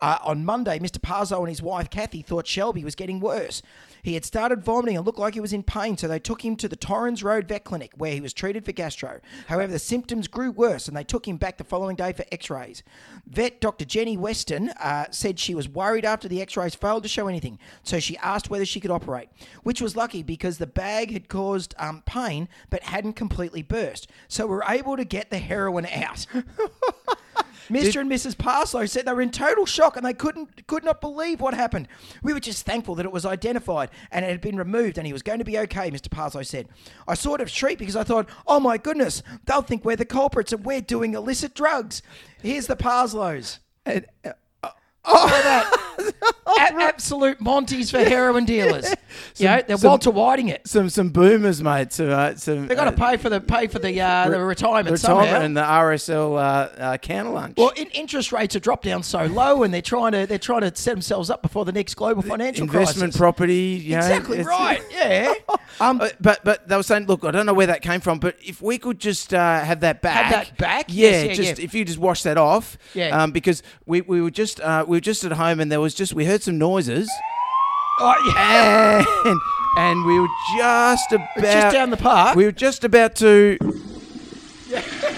Uh, on Monday, Mr. Parzo and his wife Kathy thought Shelby was getting worse. He had started vomiting and looked like he was in pain, so they took him to the Torrens Road Vet Clinic where he was treated for gastro. However, the symptoms grew worse and they took him back the following day for x rays. Vet Dr. Jenny Weston uh, said she was worried after the x rays failed to show anything, so she asked whether she could operate, which was lucky because the bag had caused um, pain but hadn't completely burst, so we were able to get the heroin out. Mr. and Mrs. Parslow said they were in total shock and they couldn't could not believe what happened. We were just thankful that it was identified and it had been removed and he was going to be okay, Mr. Parslow said. I sort of shrieked because I thought, oh my goodness, they'll think we're the culprits and we're doing illicit drugs. Here's the Parslows. oh, that. A- absolute Monties for heroin dealers. yeah, they're
some-
Walter Whiting it.
Some some boomers, mate. So, uh, some
They've got to
uh,
pay for the pay for the uh, the retirement,
retirement
somehow.
and the RSL uh, uh, counter lunch.
Well, in, interest rates have dropped down so low, and they're trying to they're trying to set themselves up before the next global financial
investment
crisis.
property. You know,
exactly
it's-
right. Yeah. Um,
Uh, but but they were saying, look, I don't know where that came from, but if we could just uh, have that back,
that back?
yeah,
Yes, yeah,
just
yeah.
if you just wash that off,
Yeah.
um, because we, we were just uh, we were just at home and there was just we heard some noises
oh, yeah.
and and we were just about
Just down the park,
we were just about to,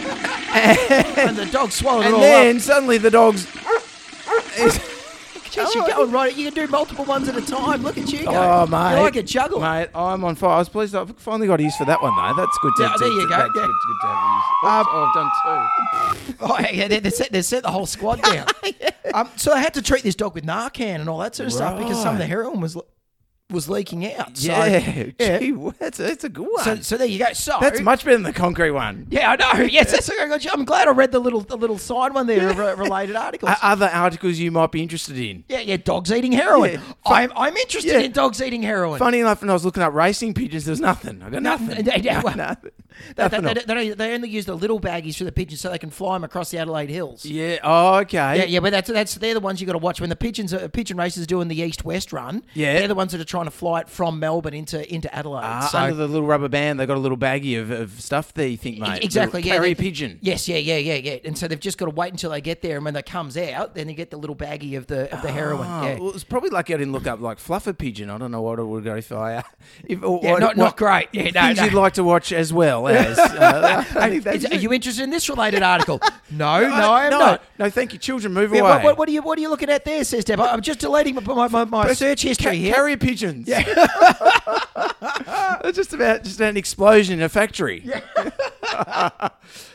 and the dog swallowed it all
and then
up.
suddenly the dogs.
Jeez, you're going right. You can do multiple ones at a time. Look at you go.
Oh mate,
You're like a juggler.
mate. I'm on fire. I was pleased. I have finally got a use for that one though. That's good. To,
Yeah,
to-
there you
to-
go. Uh, Yeah.
That's good, good to have a use. Oops, oh, I've done two.
Oh, yeah, they, they, set, they set the whole squad down. um, so they had to treat this dog with Narcan and all that sort of stuff because some of the heroin was was leaking out. So,
Yeah,
yeah.
Gee, well, that's, a, that's a good one.
So, so there you go. So
that's much better than the concrete one.
Yeah, I know. Yes, that's, I'm glad I read the little the little side one there of uh, related articles.
O- Other articles you might be interested in.
yeah, yeah, dogs eating heroin.
Yeah.
I'm, I'm interested
Yeah.
in dogs eating heroin.
Funny enough, when I was looking up racing pigeons, there was nothing. I got nothing.
They, yeah, well, they,
nothing.
they,
Nothing
they,
on-
they don't- they only use the little baggies for the pigeons so they can fly them across the Adelaide Hills. Yeah,
yeah. Oh, okay.
yeah, but that's that's they're the ones you got to watch when the pigeons are, pigeon races are doing the east west run.
Yeah.
they're the ones that are trying to fly it from Melbourne into into Adelaide.
Ah,
so
under the little rubber band, they got a little baggie of, of stuff. There, you think, mate?
E-, exactly,
Little
yeah,
Carry
they-
a pigeon.
Yes, yeah, yeah, yeah, yeah. And so they've just got to wait until they get there, and when that comes out, then they get the little baggie of the of the heroin.
Oh,
yeah.
well, it's probably lucky I didn't look up like fluffer pigeon. I don't know what it would go if I. Uh, if, or,
Yeah,
what-
not-
what
not great. Yeah, no,
things
no.
you'd like to watch as well as. Uh, I think that's
Is- are
it.
you interested in this related article? no, no,
Uh,
I am
no,
not.
No, thank you. Children, move
Yeah,
away.
what, what, what are you What are you looking at there, says Deb? I- I'm just deleting my, my, my, my search history
Ca-
here.
Carrier pigeons. Yeah. it's just about just an explosion in a factory.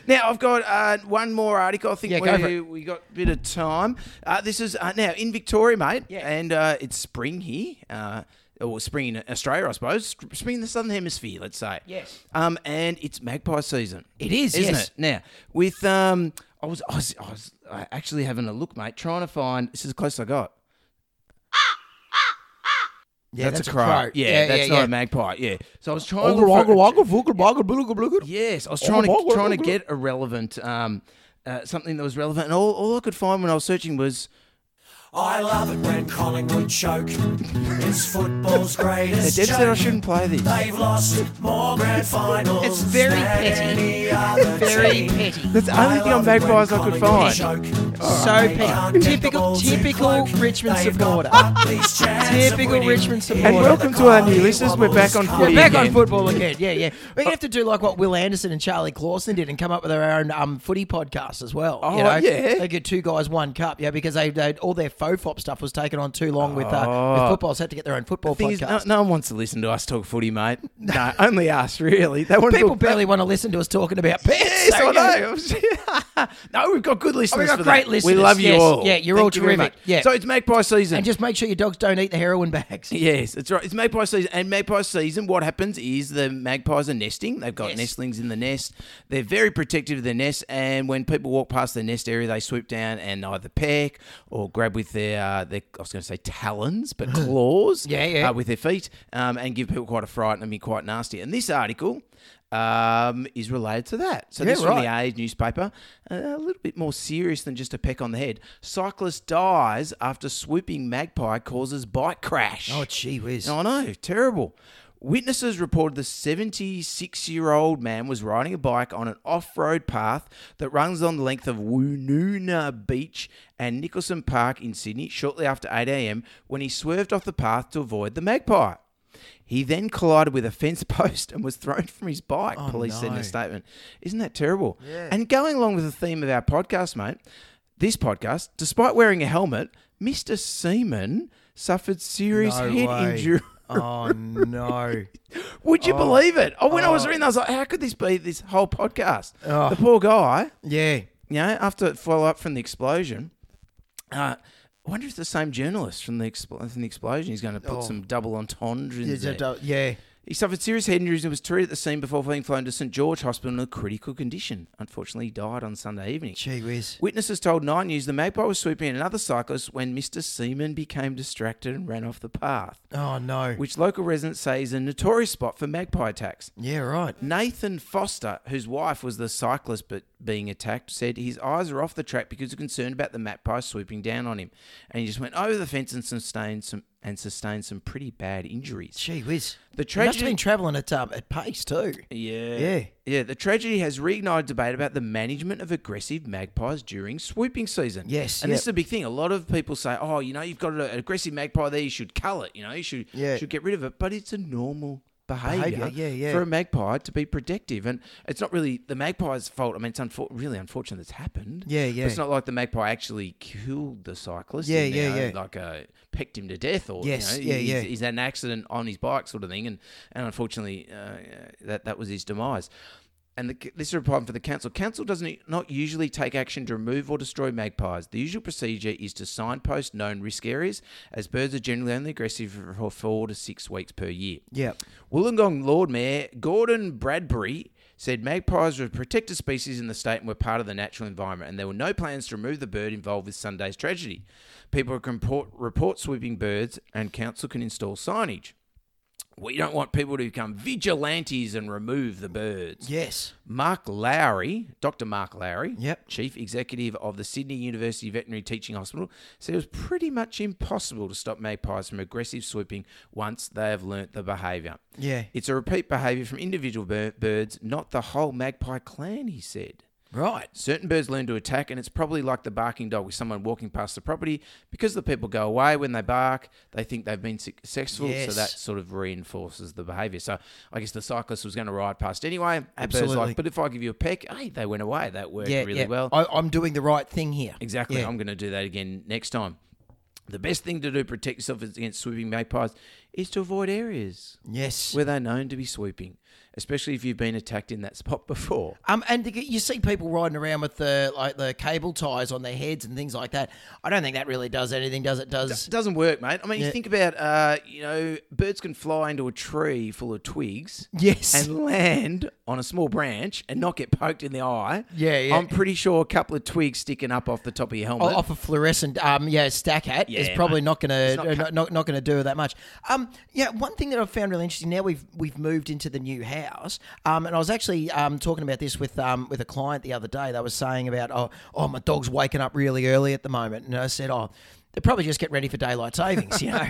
now I've got uh, one more article. I think
Yeah, go for
we,
it.
we got a bit of time. Uh, this is uh, now in Victoria, mate.
Yeah.
And uh, it's spring here. Uh, or spring in Australia, I suppose. Sp- Spring in the southern hemisphere, let's say.
Yes.
Um, and it's magpie season.
It is,
isn't
yes.
it? Now, with um, I was, I was, I was uh, actually having a look, mate, trying to find. This is the closest I got.
yeah,
that's, a crow. Yeah, that's not a magpie. Yeah. So I was trying to look for- Yes, I was trying
Ogre,
to
ogre,
trying to
ogre.
get a relevant um, uh, something that was relevant, and all, all I could find when I was searching was
I love it when Collingwood choke. It's football's
the
greatest
Deb said I
joke.
shouldn't play this.
They've lost more grand finals.
It's very
than
petty.
any other
Very
team.
petty.
That's the only
I
thing on
love it when
magpies I could
Collingwood
find.
choke.
So
They
petty.
can't get the
Typical,
ball to
typical
Cloak.
Richmond
They've
supporter.
got Buckley's chance of
Typical
winning.
Richmond supporter.
And welcome to our new listeners. We're back on
We're
footy
back on
again.
football again. Yeah, yeah. We're gonna have to do like what Will Anderson and Charlie Clausen did, and come up with our own um, footy podcast as well.
Oh,
you know?
yeah.
They get two guys, one cup. Yeah, because they, they all their Fofop stuff was taken on too long with, uh, with footballs. Had to get their own football
Oh. Thing is, no,
podcast.
no one wants to listen to us talk footy, mate. No, only us, really. They want
People
to talk-
barely want to listen to us talking about pets.
Yes,
so-
I know. no, we've got good listeners.
Oh, got
for
great
that.
listeners,
We love you
yes.
all.
Yeah, you're
Thank
all
you very
terrific.
much.
Yeah.
So it's magpie season.
And just make sure your dogs don't eat the heroin bags.
Yes, it's right. It's magpie season, and magpie season. What happens is the magpies are nesting. They've got
Yes.
nestlings in the nest. They're very protective of their nest, and when people walk past their nest area, they swoop down and either peck or grab with their, uh, their I was going to say talons, but claws.
Yeah, yeah.
uh, with their feet, um, and give people quite a fright and be quite nasty. And this article. Um, is related to that. So
Yeah,
this is from the
right.
Age newspaper, uh, a little bit more serious than just a peck on the head. Cyclist dies after swooping magpie causes bike crash.
Oh, gee whiz.
I know, terrible. Witnesses reported the 76 year old man was riding a bike on an off road path that runs on the length of Woonoona Beach and Nicholson Park in Sydney shortly after 8 am when he swerved off the path to avoid the magpie. He then collided with a fence post and was thrown from his bike, police said in
no.
a statement. Isn't that terrible? And going along with the theme of our podcast, mate, this podcast, despite wearing a helmet, Mr. Seaman suffered serious
No
head
way.
injury.
Oh no!
Would you believe it? Oh, when I was reading, that, I was like, how could this be this whole podcast?
Oh.
The poor guy,
Yeah,
you know, after it fell up from the explosion, uh, I wonder if the same journalist from the, expl- from the explosion is going to put some double entendres in there.
Oh. yeah.
He suffered serious head injuries and was treated at the scene before being flown to St George Hospital in a critical condition. Unfortunately, he died on Sunday evening.
Gee whiz.
Witnesses told Nine News the magpie was sweeping at another cyclist when Mr. Seaman became distracted and ran off the path,
Oh no!
which local residents say is a notorious spot for magpie attacks.
yeah, right.
Nathan Foster, whose wife was the cyclist but being attacked, said his eyes were off the track because he was concerned about the magpie swooping down on him, and he just went over the fence and sustained some and sustained some pretty bad injuries.
Gee whiz.
The
He must have
tragedy-
been travelling at um, at pace too.
Yeah.
Yeah.
Yeah. The tragedy has reignited debate about the management of aggressive magpies during swooping season.
Yes,
And
yep.
this is a big thing. A lot of people say, oh, you know, you've got an aggressive magpie there. You should cull it. You know, you should,
Yeah.
should get rid of it. But it's a normal behavior,
Behaviour, yeah, yeah.
for a magpie to be protective. And it's not really the magpie's fault. I mean, it's unfor- really unfortunate that's happened.
Yeah,
But
yeah.
it's not like the magpie actually killed the cyclist.
Yeah,
and, you
yeah,
know,
yeah.
Like uh, pecked him to death or,
Yes,
you know,
yeah,
he's-
yeah.
he's he's had an accident on his bike, sort of thing, and and unfortunately, uh, that that was his demise. And the, this is a problem for the council. Council doesn't e, not usually take action to remove or destroy magpies. The usual procedure is to signpost known risk areas, as birds are generally only aggressive for four to six weeks per year.
Yep.
Wollongong Lord Mayor Gordon Bradbury said magpies were a protected species in the state and were part of the natural environment, and there were no plans to remove the bird involved with Sunday's tragedy. People can report, report swooping birds, and council can install signage. We don't want people to become vigilantes and remove the birds.
Yes.
Mark Lowry, Dr. Mark Lowry,
Yep.
Chief Executive of the Sydney University Veterinary Teaching Hospital, said it was pretty much impossible to stop magpies from aggressive swooping once they have learnt the behaviour.
Yeah.
It's a repeat behaviour from individual bir- birds, not the whole magpie clan, he said.
Right.
Certain birds learn to attack, and it's probably like the barking dog with someone walking past the property. Because the people go away when they bark, they think they've been successful, so
Yes.
that sort of reinforces the behaviour. So I guess the cyclist was going to ride past anyway. The bird's
Absolutely.
Like, but if I give you a peck, hey, they went away. That worked
Yeah.
really
yeah.
well.
I, I'm doing the right thing here.
Exactly.
Yeah.
I'm going to do that again next time. The best thing to do to protect yourself against swooping magpies is to avoid areas
yes.
where they're known to be swooping, especially if you've been attacked in that spot before.
Um, and the- you see people riding around with the like the cable ties on their heads and things like that. I don't think that really does anything, does it? Does
It doesn't work, mate. I mean,
Yeah.
you think about, uh, you know, birds can fly into a tree full of twigs.
Yes.
And land on a small branch and not get poked in the eye.
Yeah, yeah.
I'm pretty sure a couple of twigs sticking up off the top of your
o-
helmet.
off a fluorescent um yeah stack hat is
Yeah,
probably
mate.
not gonna
It's not
uh,
cut-
not, not, not gonna do that much um yeah one thing that i've found really interesting now we've we've moved into the new house um and i was actually um talking about this with um with a client the other day they were saying about oh oh my dog's waking up really early at the moment and i said oh they probably just get ready for daylight savings, you know.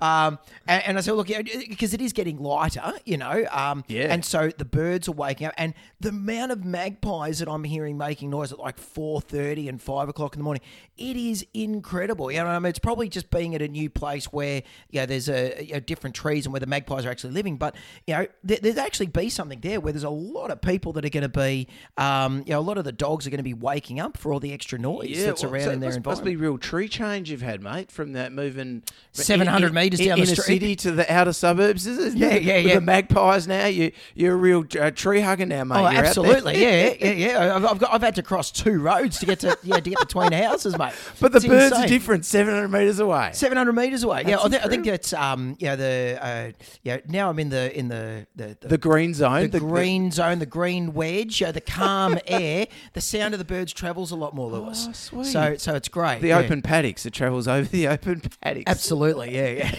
Um, and, and I said, look, because it is getting lighter, you know. Um,
Yeah.
And so the birds are waking up, and the amount of magpies that I'm hearing making noise at like four thirty and five o'clock in the morning, it is incredible. You know, I mean, it's probably just being at a new place where you know there's a you know, different trees and where the magpies are actually living. But you know, there, there'd actually be something there where there's a lot of people that are going to be, um, you know, a lot of the dogs are going to be waking up for all the extra noise that's
well,
around
so
in their
must-
environment.
Must be real tree change you've had, mate, from that moving
700
in-
metres
in-
down the
inner
street.
city to the outer suburbs. Is it?
Yeah, yeah,
With
yeah.
The magpies now. You you're a real uh, tree hugger now, mate.
Oh,
You're out there.
absolutely, yeah, yeah, yeah. I've, I've, got, I've had to cross two roads to get to yeah to get between houses, mate.
But the
It's
birds are
insane.
different, 700 metres away.
Seven hundred meters away. yeah, I, thi- I think it's um, yeah, the uh, yeah. Now I'm in the in the the, the,
the green zone.
the green zone, the green wedge, uh, the calm air. The sound of the birds travels a lot more, Lewis.
Oh, sweet.
So so it's great.
The
yeah.
open paddocks. It travels over the open paddocks.
Absolutely, yeah, yeah.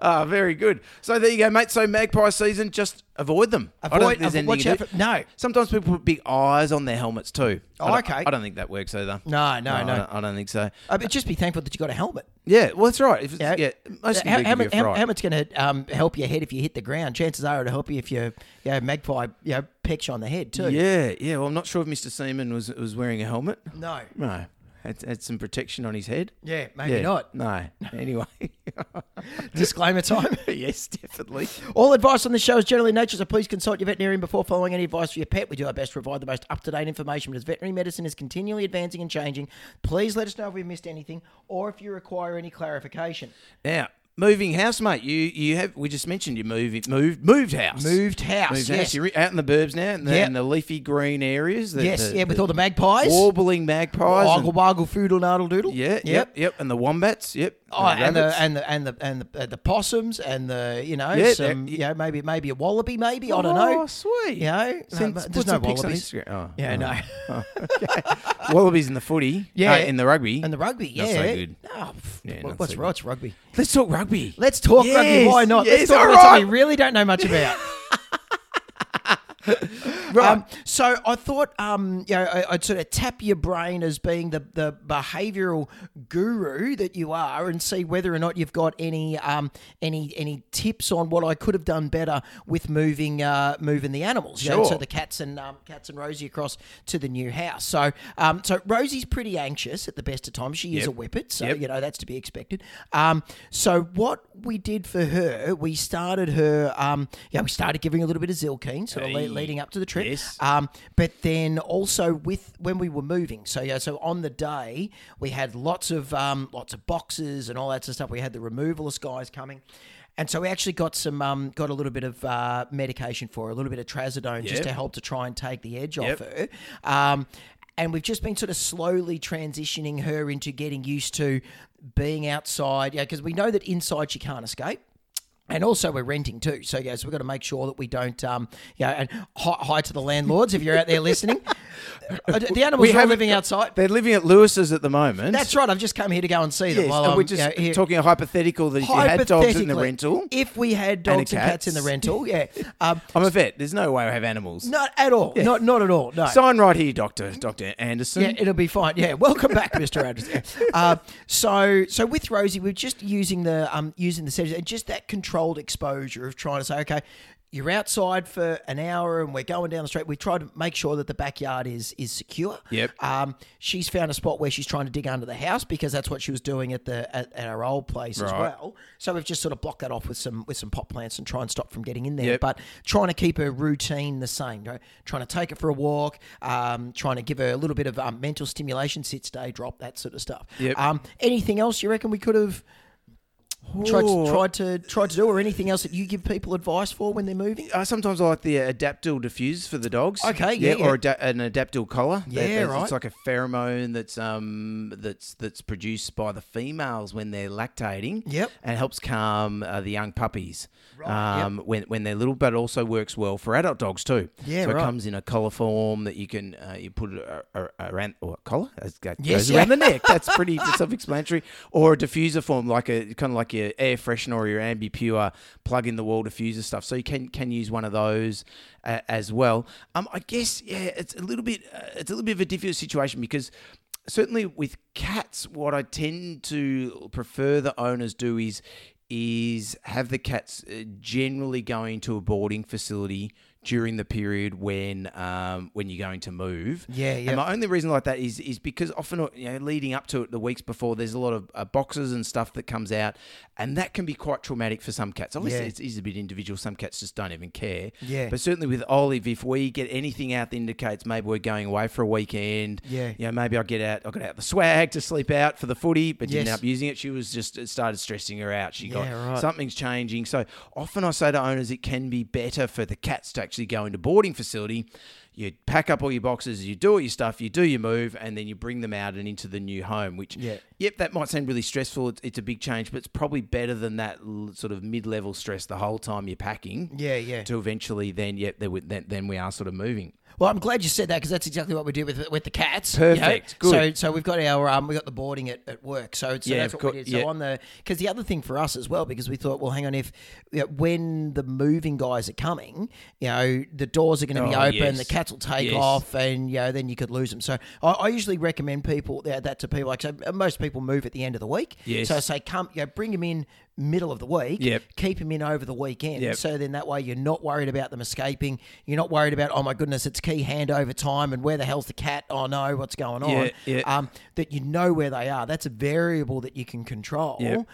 Ah, very good. So there you go, mate. So magpie season, just avoid them. I don't
Avoid-
think there's
avo-
anything
watch
you
out
do.
for- no.
Sometimes people put big eyes on their helmets too.
Oh,
I don't-
okay.
I don't think that works either.
No, no,
I
no.
don't, I don't think so.
Uh, but just be thankful that you got a helmet.
Yeah, well, that's right. If it's,
Yeah,
yeah. most
how,
people
how,
give
much-
you a
how,
fright.
how much going to um, help your head if you hit the ground? Chances are it'll help you if you, you know, magpie you know, pecks you on the head too.
yeah, yeah. Well, I'm not sure if Mr. Seaman was was wearing a helmet.
No.
No, had, had some protection on his head.
Yeah, maybe not.
No. Anyway,
Disclaimer time.
yes, definitely.
All advice on the show is generally nature, so please consult your veterinarian before following any advice for your pet. We do our best to provide the most up to date information, but as veterinary medicine is continually advancing and changing, please let us know if we've missed anything or if you require any clarification.
Now, moving house, mate. You you have. We just mentioned you moved moved moved house.
Moved house.
Moved
yes.
house. You're out in the burbs now, in the,
Yeah.
in the leafy green areas. The,
yes,
the-
yeah, with all the magpies. Oh,
warbling magpies.
Waggle
and-
waggle foodle noodle doodle.
yeah, yep. yep, and the wombats. Yep.
Oh, and the
rabbits.
and the and the and the, uh, the possums and the you know
Yeah,
some
they're-
you know maybe maybe a wallaby maybe I don't know
Oh, sweet.
you know No,
Send-
but
put
there's no
some pics on
wallabies
Instagram. Oh,
yeah
oh.
no
Wallabies in the footy.
Yeah.
Uh, in the rugby.
and the rugby yeah
Not so good.
Oh, pff,
Yeah,
what-
not
what's
so
what's rugby
Let's talk rugby.
let's talk rugby
Yes,
why not
yes,
let's talk
all
about something we
right.
really don't know much about.
Right.
Um, so I thought, um, you know, I, I'd sort of tap your brain as being the, the behavioural guru that you are, and see whether or not you've got any um, any any tips on what I could have done better with moving uh, moving the animals. you know,
Sure.
so the cats and um, cats and Rosie across to the new house. So um, so Rosie's pretty anxious at the best of times. She is a whippet, so
Yep.
you know that's to be expected. Um, so what we did for her, we started her. Um, yeah, we started giving her a little bit of Zilkeen, sort of le-
Hey.
leading up to the trip.
Yes.
Um, but then also with when we were moving, so yeah, so on the day we had lots of um, lots of boxes and all that sort of stuff. We had the removalist guys coming. And so we actually got some, um, got a little bit of uh, medication for her, a little bit of trazodone, just
Yep.
to help to try and take the edge
Yep.
off her. Um, and we've just been sort of slowly transitioning her into getting used to being outside, yeah, because we know that inside she can't escape. And also, we're renting too, so yeah, so we've got to make sure that we don't, um, yeah, and hi, hi to the landlords if you're out there listening. Uh, the animals are all
haven't
living
got-
outside.
They're living at Lewis's at the moment.
That's right. I've just come here to go and see them.
Yes,
while
and
I'm,
we're just
you know, here.
talking a hypothetical that if you had dogs in the
Hypothetically,
rental.
If we had
And a
dogs and, cats. in the
cats.
rental, yeah, um,
I'm a vet. There's no way I have animals.
not at all. Not not at all. No.
Sign right here, Doctor Doctor Anderson.
Yeah, it'll be fine. Yeah, welcome back, Mister Anderson. Uh, so, so with Rosie, we're just using the um using the settings and just that controlled exposure of trying to say, okay, you're outside for an hour and we're going down the street. We try to make sure that the backyard is is secure.
Yep.
Um, she's found a spot where she's trying to dig under the house because that's what she was doing at the at, at our old place as
Right.
well. So we've just sort of blocked that off with some with some pot plants and try and stop from getting in there.
Yep.
But trying to keep her routine the same, you know, trying to take her for a walk, um, trying to give her a little bit of um, mental stimulation, sit, stay, drop, that sort of stuff.
Yep.
Um, anything else you reckon we could have? Tried to,
Ooh.
tried to tried to do, or anything else that you give people advice for when they're moving?
I sometimes I like the uh, adaptyl diffuse for the dogs.
Okay, yeah,
or ada- an adaptyl collar.
Yeah, right.
It's like a pheromone that's um that's that's produced by the females when they're lactating.
Yep.
and helps calm uh, the young puppies.
Right, yep.
um, when when they're little, but also works well for adult dogs too.
Yeah,
so
right.
it comes in a collar form that you can uh, you put it a- a- around or collar as goes
Yes, yeah.
around the neck. That's pretty self-explanatory. Or a diffuser form, like a kind of like your air freshener or your AmbiPure plug-in-the-wall diffuser stuff. So you can can use one of those uh, as well. Um, I guess yeah, it's a little bit uh, it's a little bit of a difficult situation because certainly with cats, what I tend to prefer the owners do is is have the cats uh, generally going to a boarding facility during the period when um, when you're going to move.
Yeah,
And
yeah.
my only reason like that is is because often you know leading up to it, the weeks before, there's a lot of uh, boxes and stuff that comes out, and that can be quite traumatic for some cats. Obviously,
Yeah.
it's, it's a bit individual. Some cats just don't even care.
Yeah.
But certainly with Olive, if we get anything out that indicates maybe we're going away for a weekend,
Yeah.
you know, maybe I get out, I got out the swag to sleep out for the footy, but didn't
Yes.
end up using it. She was just it started stressing her out. She got
Yeah, right.
something's changing. So often I say to owners, it can be better for the cats to actually go into boarding facility. You pack up all your boxes, you do all your stuff, you do your move, and then you bring them out and into the new home. Which,
Yeah.
yep, that might seem really stressful. It's, it's a big change, but it's probably better than that l- sort of mid-level stress the whole time you're packing.
Yeah, yeah.
To eventually, then, yep, there would- then, then we are sort of moving.
Well, I'm glad you said that because that's exactly what we did with with the cats.
Perfect,
you know?
good.
So, so we've got our um, we got the boarding at, at work. So, so
Yeah,
that's
of
what
cour-
we did. So
yeah.
on the because the other thing for us as well because we thought, well, hang on, if you know, when the moving guys are coming, you know, the doors are going to be
Oh,
open,
yes.
the cats will take
Yes.
off, and you know, then you could lose them. So, I, I usually recommend people yeah, that to people like so uh, most people move at the end of the week.
Yes.
So I say come, you know, bring them in middle of the week.
Yep.
Keep them in over the weekend.
Yep.
So then that way you're not worried about them escaping. You're not worried about, oh my goodness, it's key handover time and where the hell's the cat? Oh no, what's going on?
Yeah, yeah.
Um, that you know where they are. That's a variable that you can control
Yep.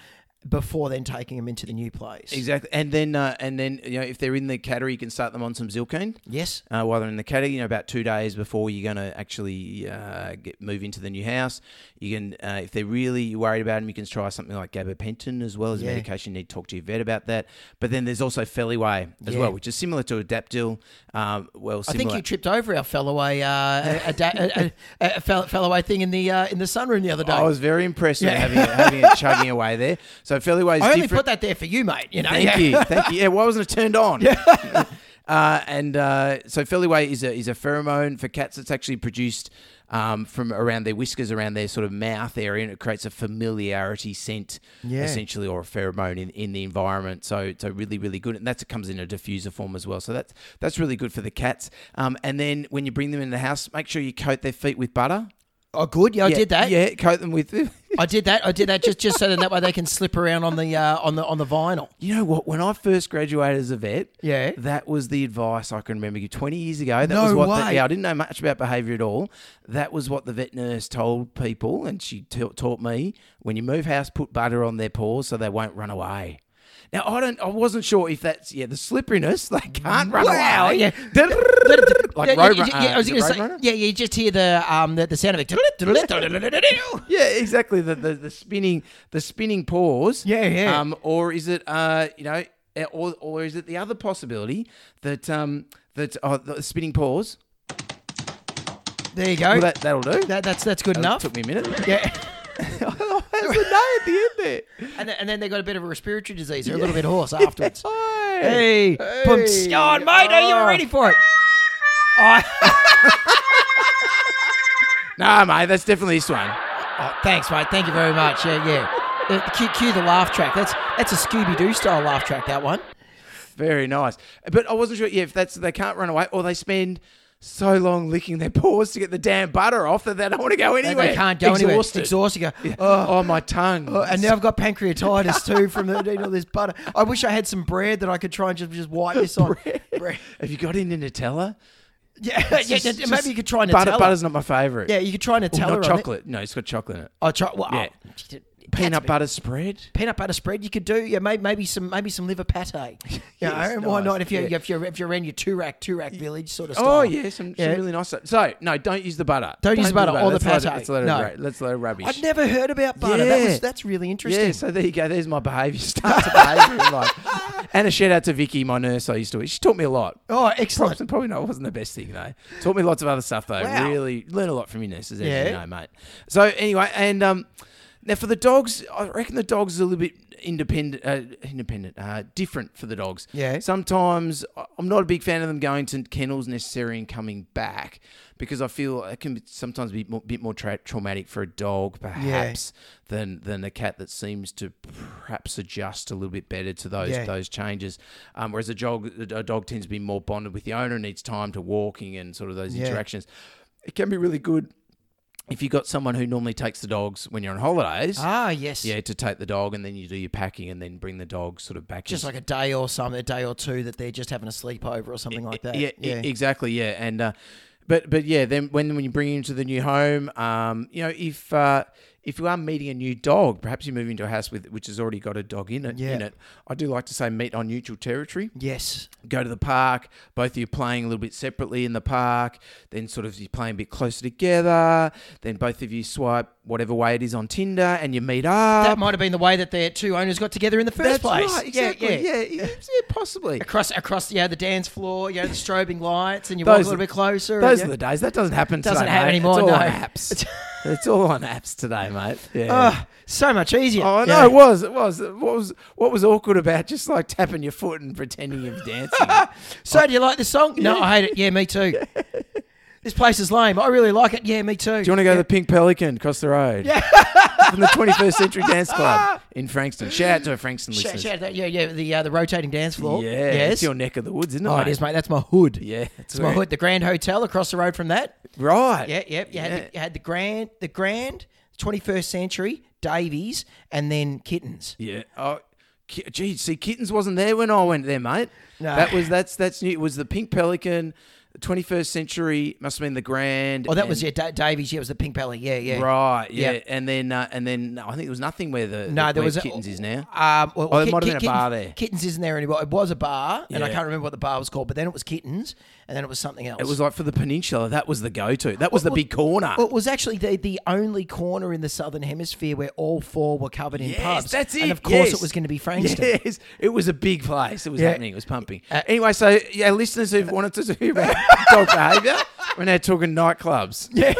before then taking them into the new place.
Exactly, and then uh, and then you know if they're in the cattery, you can start them on some zilkine.
Yes.
uh, while they're in the cattery, you know about two days before you're going to actually uh, get move into the new house. You can, uh, if they're really worried about them, you can try something like gabapentin as well as
Yeah.
a medication. You need to talk to your vet about that. But then there's also Feliway as
Yeah.
well, which is similar to Adaptil. Um, well,
I
similar.
think you tripped over our fellowway uh, a, a, a, a, a fel- fellowway thing in the uh, in the sunroom the other day.
I was very impressed with having it, having it chugging away there. So Feliway is
I only
different.
put that there for you, mate. You know,
Thank you, thank you. Yeah, why wasn't it turned on? Uh, and uh, so Feliway is a is a pheromone for cats that's actually produced um, from around their whiskers, around their sort of mouth area, and it creates a familiarity scent,
Yeah.
essentially, or a pheromone in, in the environment. So so really really good, and that comes in a diffuser form as well. So that's that's really good for the cats. Um, and then when you bring them in the house, make sure you coat their feet with butter.
Oh, good. Yeah, I did that.
Yeah, coat them with.
I did that. I did that just just so that, that way they can slip around on the uh, on the on the vinyl.
You know what? When I first graduated as a vet,
Yeah.
that was the advice I can remember. You twenty years ago, that
No
was what. The,
way.
yeah, I didn't know much about behaviour at all. That was what the vet nurse told people, and she ta- taught me when you move house, put butter on their paws so they won't run away. Now I don't. I wasn't sure if that's yeah the slipperiness. They can't run
Wow,
away.
yeah.
like road.
yeah,
run-
yeah, I was
uh,
gonna
road
say,
runner?
yeah, you just hear the um the, the sound of it.
Yeah, exactly. The, the the spinning the spinning paws.
Yeah, yeah.
Um, or is it uh, you know, eh, or or is it the other possibility that um that oh, the spinning paws?
There you go.
Well, that that'll do.
That- that's that's good
That
enough.
took me a minute.
Yeah,
oh, that's the day at the end there.
and then, and then they got a bit of a respiratory disease. They're a little bit hoarse afterwards.
Hey.
Hey, pumps.
Hey.
Oh, mate, are you
Oh.
were ready for it?
Nah, mate, that's definitely this one.
Oh, thanks, mate. Thank you very much. Yeah, yeah. Uh, cue, cue the laugh track. That's that's a Scooby Doo style laugh track. That one.
Very nice. But I wasn't sure yeah, if that's they can't run away or they spend so long licking their paws to get the damn butter off that they don't want to go
They-
anywhere.
They can't go anywhere.
Exhausted.
Exhausted. Go,
Oh, my tongue.
Oh, and now I've got pancreatitis too from the, eating all this butter. I wish I had some bread that I could try and just, just wipe this on. Bread.
Have you got any Nutella?
Yeah, yeah,
Just-
yeah,
just
maybe you could try Nutella.
Butter, butter's not my favourite.
yeah, you could try Nutella.
Well,
on
not
it.
chocolate. No, it's got chocolate in it.
Oh, try, well,
Yeah.
oh,
Peanut butter spread.
peanut butter spread. You could do yeah, maybe, maybe some maybe some liver pate. You know,
Yes,
why
nice,
not? If you
yeah.
if you if you're in your Turak Turak village sort of. Style.
Oh yeah, some, some really nice stuff. So no, don't use the butter.
Don't use the butter or the
That's a
pate.
load of- That's a load of,
No.
ra- that's a load of rubbish.
I'd never heard about butter. That
Yeah.
was, that's really interesting.
yeah, so there you go. There's my behaviour. Starts of behaviour in life. And a shout out to Vicky, my nurse I used to. She taught me a lot.
Oh, excellent.
Probably, probably not. wasn't the best thing though. Taught me lots of other stuff though.
Wow.
Really learn a lot from your nurses, as you
Yeah.
know, mate. So anyway, and um, now for the dogs, I reckon the dogs are a little bit independent, uh, independent, uh, different for the dogs.
Yeah.
Sometimes I- I'm not a big fan of them going to kennels necessarily and coming back because I feel it can be- sometimes be a bit more tra- traumatic for a dog, perhaps, than than a cat that seems to perhaps adjust a little bit better to those
Yeah.
those those changes. Um, whereas a dog, a dog tends to be more bonded with the owner, needs time to walking and sort of those
Yeah.
interactions. It can be really good if you've got someone who normally takes the dogs when you're on holidays,
Ah, yes.
yeah, to take the dog and then you do your packing and then bring the dog sort of back.
Just
in-
like a day or some, a day or two that they're just having a sleepover or something like that.
Yeah, e- exactly. Yeah, and uh, but but yeah, then when when you bring into the new home, um, you know, if uh, if you are meeting a new dog, perhaps you move into a house with which has already got a dog in it.
Yeah.
In it, I do like to say meet on neutral territory
Yes.
go to the park. Both of you playing a little bit separately in the park. Then sort of you playing a bit closer together. Then both of you swipe whatever way it is on Tinder, and you meet up.
That might have been the way that their two owners got together in the first
um, That's
place.
right, exactly. Yeah, yeah, yeah, possibly.
Across, across, yeah, the dance floor, you know, the strobing lights, and you walk a
Those-
little bit closer.
Those
and,
are the days. That doesn't happen.
Doesn't
today,
happen
mate.
anymore,
It's all
no.
on apps. it's all on apps today, mate. Yeah.
Ah, so much easier.
Oh no, it was, it was. What was what was awkward about just like tapping your foot and pretending you're dancing?
So do you like this song? No, I hate it. Yeah, me too. This place is lame. I really like it. Yeah, me too.
Do you want to go to the Pink Pelican across the road? Yeah. From the 21st Century Dance Club in Frankston. Shout out to our Frankston
Shout,
listeners.
shout that, yeah, yeah, the uh, the rotating dance floor.
Yeah,
yes.
it's your neck of the woods, isn't it?
oh, it
mate?
is, mate. That's my hood.
Yeah,
it's my hood. The Grand Hotel across the road from that.
Right.
Yeah, yep. You had the, you had the Grand, the Grand, twenty first century Davies, and then kittens.
Yeah. Oh, ki- gee, see, kittens wasn't there when I went there, mate.
No.
That was that's that's new. It was the Pink Pelican, 21st Century. Must have been the Grand.
Oh, that
and-
was yeah, da- Davies. Yeah, it was the Pink Belly. Yeah, yeah.
Right. Yeah.
Yeah.
And then uh, and then I think it was nothing where the
No, there
the- where
was a-
kittens is now.
Um, well,
Oh, there
Kit-
might have
Kit-
been a bar
Kittens-
there.
Kittens isn't there anymore. It was a bar, and I
Yeah.
can't remember what the bar was called. But then it was kittens, and then it was something else.
It was like for the peninsula. That was the go-to. That was the
Well,
big corner.
Well, it was actually the, the only corner in the southern hemisphere where all four were covered in
Yes,
pubs.
That's it.
And of course,
yes.
it was going to be Frankston.
Yes, it was a big place. It was
Yeah.
happening. It was pumping.
Uh,
anyway, so yeah, listeners who've wanted to hear about dog behaviour, we're now talking nightclubs. Yeah.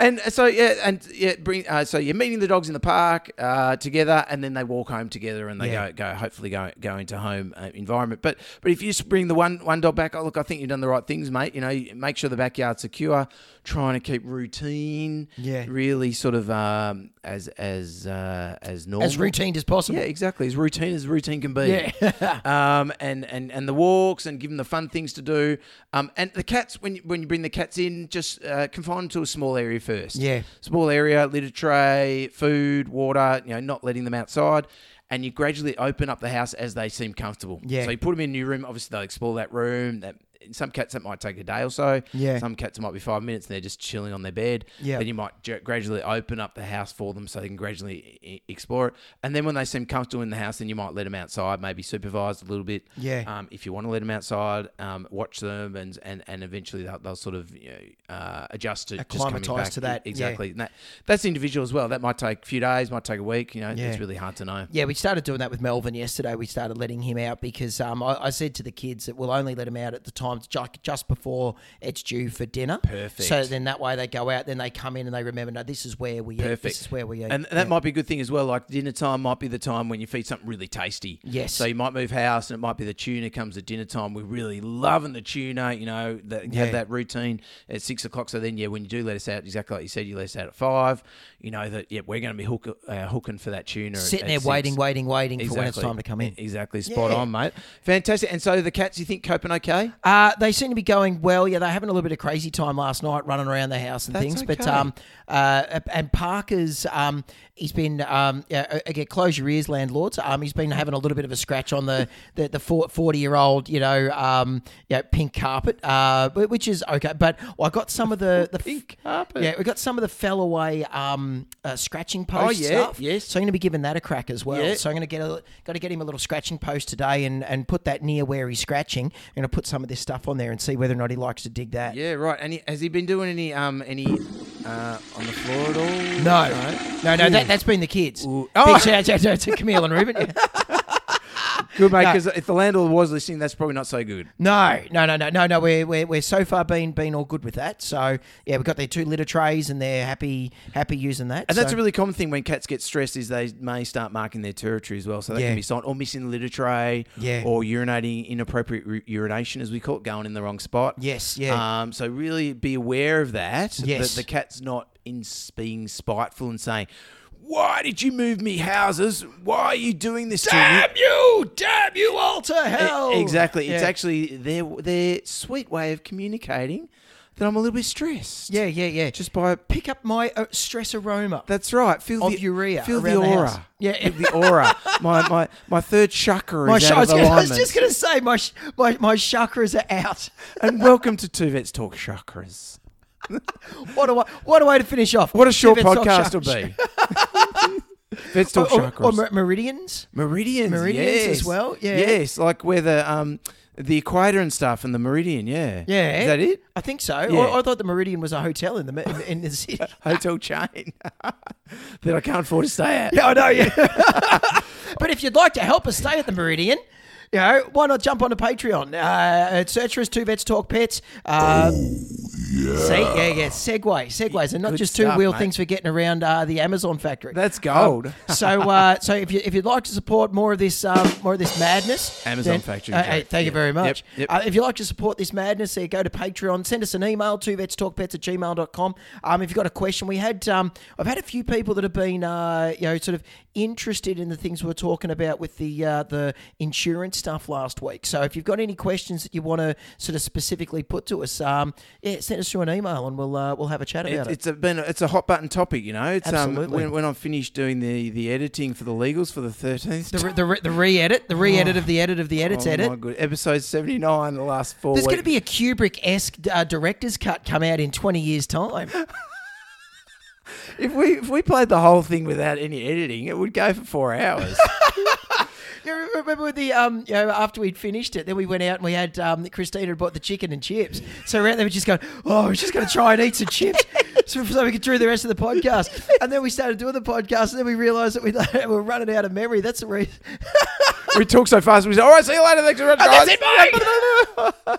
And uh, so yeah, and yeah, bring. Uh, so you're meeting the dogs in the park uh, together, and then they walk home together, and they
Yeah.
go, go, hopefully go, go into home uh, environment. But but if you just bring the one one dog back, oh look, I think you've done the right things, mate. You know, you make sure the backyard's secure, trying to keep routine,
Yeah.
really sort of um, as as uh, as normal,
As routine as possible.
yeah, exactly. As routine as routine can be.
Yeah.
um, and, and and the walks and give them the fun things to do. Um, and the cats when you, when you bring the cats in, just uh, confine them to a small area first.
Yeah.
Small area, litter tray, food, water. You know, not letting them outside. And you gradually open up the house as they seem comfortable.
Yeah.
So you put them in a new room. Obviously, they'll explore that room. That in some cats that might take a day or so.
Yeah.
Some cats it might be five minutes and they're just chilling on their bed.
Yeah.
Then you might j- gradually open up the house for them so they can gradually e- explore it. And then when they seem comfortable in the house, then you might let them outside, maybe supervise a little bit.
Yeah.
Um, if you want to let them outside, um, watch them and and, and eventually they'll, they'll sort of you know, uh, adjust to just coming
Acclimatise
back.
to that, yeah.
E- Exactly. And that, that's individual as well. That might take a few days, might take a week. You know,
Yeah.
it's really hard to know.
Yeah, we started doing that with Melvin yesterday. We started letting him out because um, I, I said to the kids that we'll only let him out at the time ju- just before it's due for dinner.
Perfect.
So then that way they go out, then they come in and they remember, no, this is where we eat.
Perfect.
This is where we eat.
And that might be a good thing as well. Like dinner time might be the time when you feed something really tasty.
Yes.
So you might move house, and it might be the tuna comes at dinner time. We're really loving the tuna. You know, that,
Yeah.
have that routine at six o'clock. So then, yeah, when you do let us out, exactly like you said, you let us out at five. You know that yeah, we're going to be hook, uh, hooking for that tuna. at-
Sitting
at
there
six.
waiting, waiting, waiting for when it's
Exactly. E-
time to come in.
Exactly, spot
Yeah.
on, mate. Fantastic. And so the cats, you think coping okay?
Uh, they seem to be going well. Yeah, they're having a little bit of crazy time last night, running around the house and
That's
things. But
okay.
um, uh, and Parker's um, he's been um, yeah, again, close your ears, landlords. Um, he's been having a little bit of a scratch on the the, the forty year old, you know, um, yeah, pink carpet, uh, wh- which is okay. But I got some of the the
Pink carpet. Oh,
Yeah, we got some of the fellaway um, uh, scratching post
yeah,
stuff.
yes.
So I'm going to be giving that a crack as well.
Yeah.
So I'm going to get a got to get him a little scratching post today and and put that near where he's scratching. I'm going to put some of this stuff on there and see whether or not he likes to dig that.
Yeah, right. And he, has he been doing any um any uh, on the floor at all?
No, no, no. That, that's been the kids. Oh. Big shout out to- to Camille and Ruben. Yeah.
Good mate, because if the landlord was listening, that's probably not so good.
No, no, no, no, no, no. We're, we're, we're so far been been all good with that. So yeah, we've got their two litter trays and they're happy happy using that.
And that's
So-
a really common thing when cats get stressed is they may start marking their territory as well. So they
Yeah.
can be sign or missing the litter tray,
Yeah.
or urinating inappropriate ru- urination as we call it, going in the wrong spot.
Yes, yeah.
Um, so really be aware of that.
Yes.
That the cat's not in being spiteful and saying. Why did you move me houses? Why are you doing this to me?
you, damn you all to
E- Exactly. It's
Yeah.
actually their their sweet way of communicating that I'm a little bit stressed.
Yeah, yeah, yeah.
Just by
pick up my uh, stress aroma.
That's right. Feel
Of
the
urea
Feel the
around the
aura.
house. Yeah.
Feel the aura. my, my my third chakra
my
is
sh-
out
I, was
of
gonna, I was
alignment.
just going to say my, sh- my my chakras are out.
and welcome to Two Vets Talk Chakras.
What a wa- what a way to finish off.
What a short
Two Vets Talk Oh,
podcast will
Chakras.
be. Vets Talk
Or,
Chakras.
or mer- meridians.
meridians.
meridians
yes.
as well, yeah.
Yes, like where the um the equator and stuff and the meridian, yeah.
Yeah,
Is that it?
I think so.
Yeah.
I, I thought the Meridian was a hotel in the me- in- in the city.
Hotel chain that I can't afford to stay at.
yeah, I know. Yeah, but if you'd like to help us stay at the Meridian. You know, why not jump onto Patreon? Uh, search for us, Two Vets Talk Pets.
Oh,
Uh, yeah. See, yeah, yeah. Segway, segways, and not
Good
just two
stuff,
wheel
mate.
things for getting around uh, the Amazon factory.
That's gold.
so, uh, so if you if you'd like to support more of this um, more of this madness,
Amazon
then-
factory
uh,
joke.
hey, thank you
Yep.
very much.
Yep, yep.
Uh, if you'd like to support this madness, uh, go to Patreon. Send us an email to vetstalkpets at gmail.com. Um, if you've got a question, we had um, I've had a few people that have been uh, you know sort of interested in the things we were talking about with the uh, the insurance stuff last week. So if you've got any questions that you want to sort of specifically put to us, um, yeah, send us through an email and we'll uh, we'll have a chat
It,
about it.
it's a been it's a hot button topic, you know. It's um
Absolutely.
when, when I'm finished doing the the editing for the legals for the thirteenth.
The, re- the, re- the re-edit, the re-edit of the edit of the edit's
oh
edit.
my good episode seventy nine. The last four.
There's
weeks.
going to be a Kubrick esque uh, director's cut come out in 20 years' time.
if we if we played the whole thing without any editing, it would go for four hours.
you remember the um, you know, after we'd finished it, then we went out and we had um, Christina had bought the chicken and chips. So we're out there, we just going, oh, we're just going to try and eat some chips, so, so we could do the rest of the podcast. And then we started doing the podcast, and then we realised that we we were running out of memory. That's the reason.
we talked so fast. We said, "All right, see you later." Thanks for watching, guys."
That's it, mate.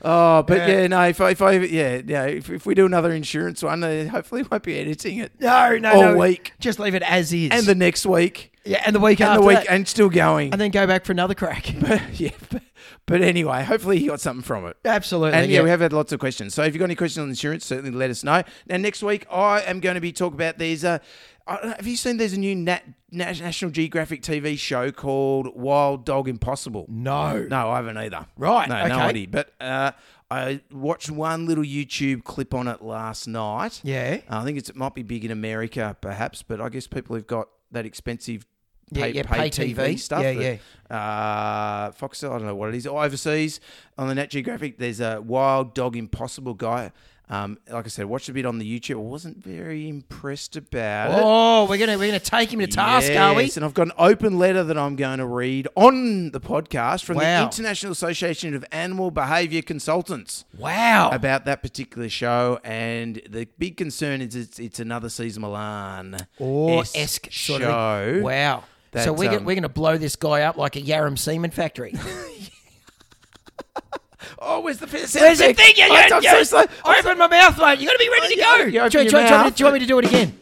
Oh, but yeah,
Yeah.
no. If I, if I yeah yeah if, if we do another insurance one, uh, hopefully won't be editing it.
No, no,
All
no.
week.
just leave it as is,
And the next week,
yeah, and the week
and
after
the week,
that.
and still going.
and then go back for another crack.
yeah, but, but anyway, hopefully you got something from it.
Absolutely,
And yeah,
yeah.
we have had lots of questions. So if you've got any questions on insurance, certainly let us know. Now next week, I am going to be talking about these. Uh, I don't know, have you seen there's a new Nat, Nat, National Geographic TV show called Wild Dog Impossible?
No.
no, I haven't either.
Right,
no, no
okay.
idea. But uh, I watched one little YouTube clip on it last night.
Yeah.
Uh, I think it's, it might be big in America, perhaps, but I guess people who've got that expensive.
Yeah,
pay,
yeah,
pay,
pay
TV,
TV.
stuff.
Yeah,
that,
yeah.
uh, Foxtel, I don't know what it is, overseas on the Nat Geographic. There's a wild dog impossible guy. Um, like I said, watched a bit on the YouTube. I wasn't very impressed about it.
Oh, we're gonna we're gonna take him to task, are we?
Uh, Yes, And I've got an open letter that I'm going to read on the podcast from the
Wow.
International Association of Animal Behavior Consultants
Wow.
about that particular show. And the big concern is it's, it's another Cesar Milan
or
esque
esque
show.
sort of thing. Wow. so
that,
we're,
um,
gonna, we're going to blow this guy up like a Yarram semen factory.
Oh, where's the Where's Oh,
There's a thing. You, you,
I'm
you-
so slow.
I opened my mouth, mate. You got to be ready to
Oh,
go.
yeah, you
do,
open
you-
your
do you- do you want me
mouth.
to- do you want me to do it again?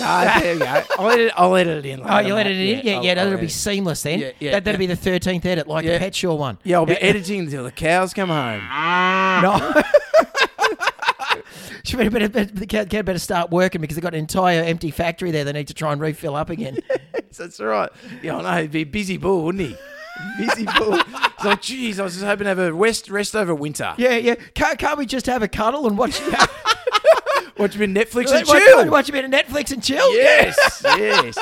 Ah, there you go. I'll edit, I'll edit it in.
Oh, you let it in. Yeah, yeah.
I'll- I'll
that'll be
edit.
seamless then.
Yeah, yeah,
that, that'll be the thirteenth edit, like
Yeah.
the Pet Shaw one.
Yeah, I'll be editing until the cows come home. Ah.
No. She better, better, better, the cat cat better start working because they've got an entire empty factory there they need to try and refill up again.
That's right. Yeah, I know. He'd be a busy bull, wouldn't he? Busy bull. It's like, geez, I was just hoping to have a rest, rest over winter.
yeah, yeah. Can't, can't we just have a cuddle and watch,
Watch a bit of Netflix and
watch,
chill.
watch a bit of Netflix and chill?
Yes, yes.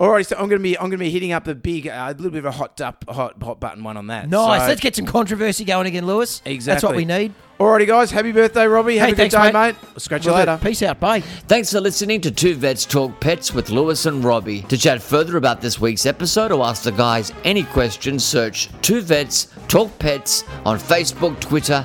All right, so I'm gonna be I'm gonna be hitting up the big a little bit of a hot up hot hot button one on that.
Nice.
So-
Let's get some controversy going again, Lewis.
exactly.
That's what we need.
Alrighty, guys. Happy birthday, Robbie. Have
Hey,
a good
thanks,
day,
mate.
mate. I'll scratch you
We'll do
later.
it. Peace out. Bye.
Thanks for listening to Two Vets Talk Pets with Lewis and Robbie. To chat further about this week's episode or ask the guys any questions, search Two Vets Talk Pets on Facebook, Twitter,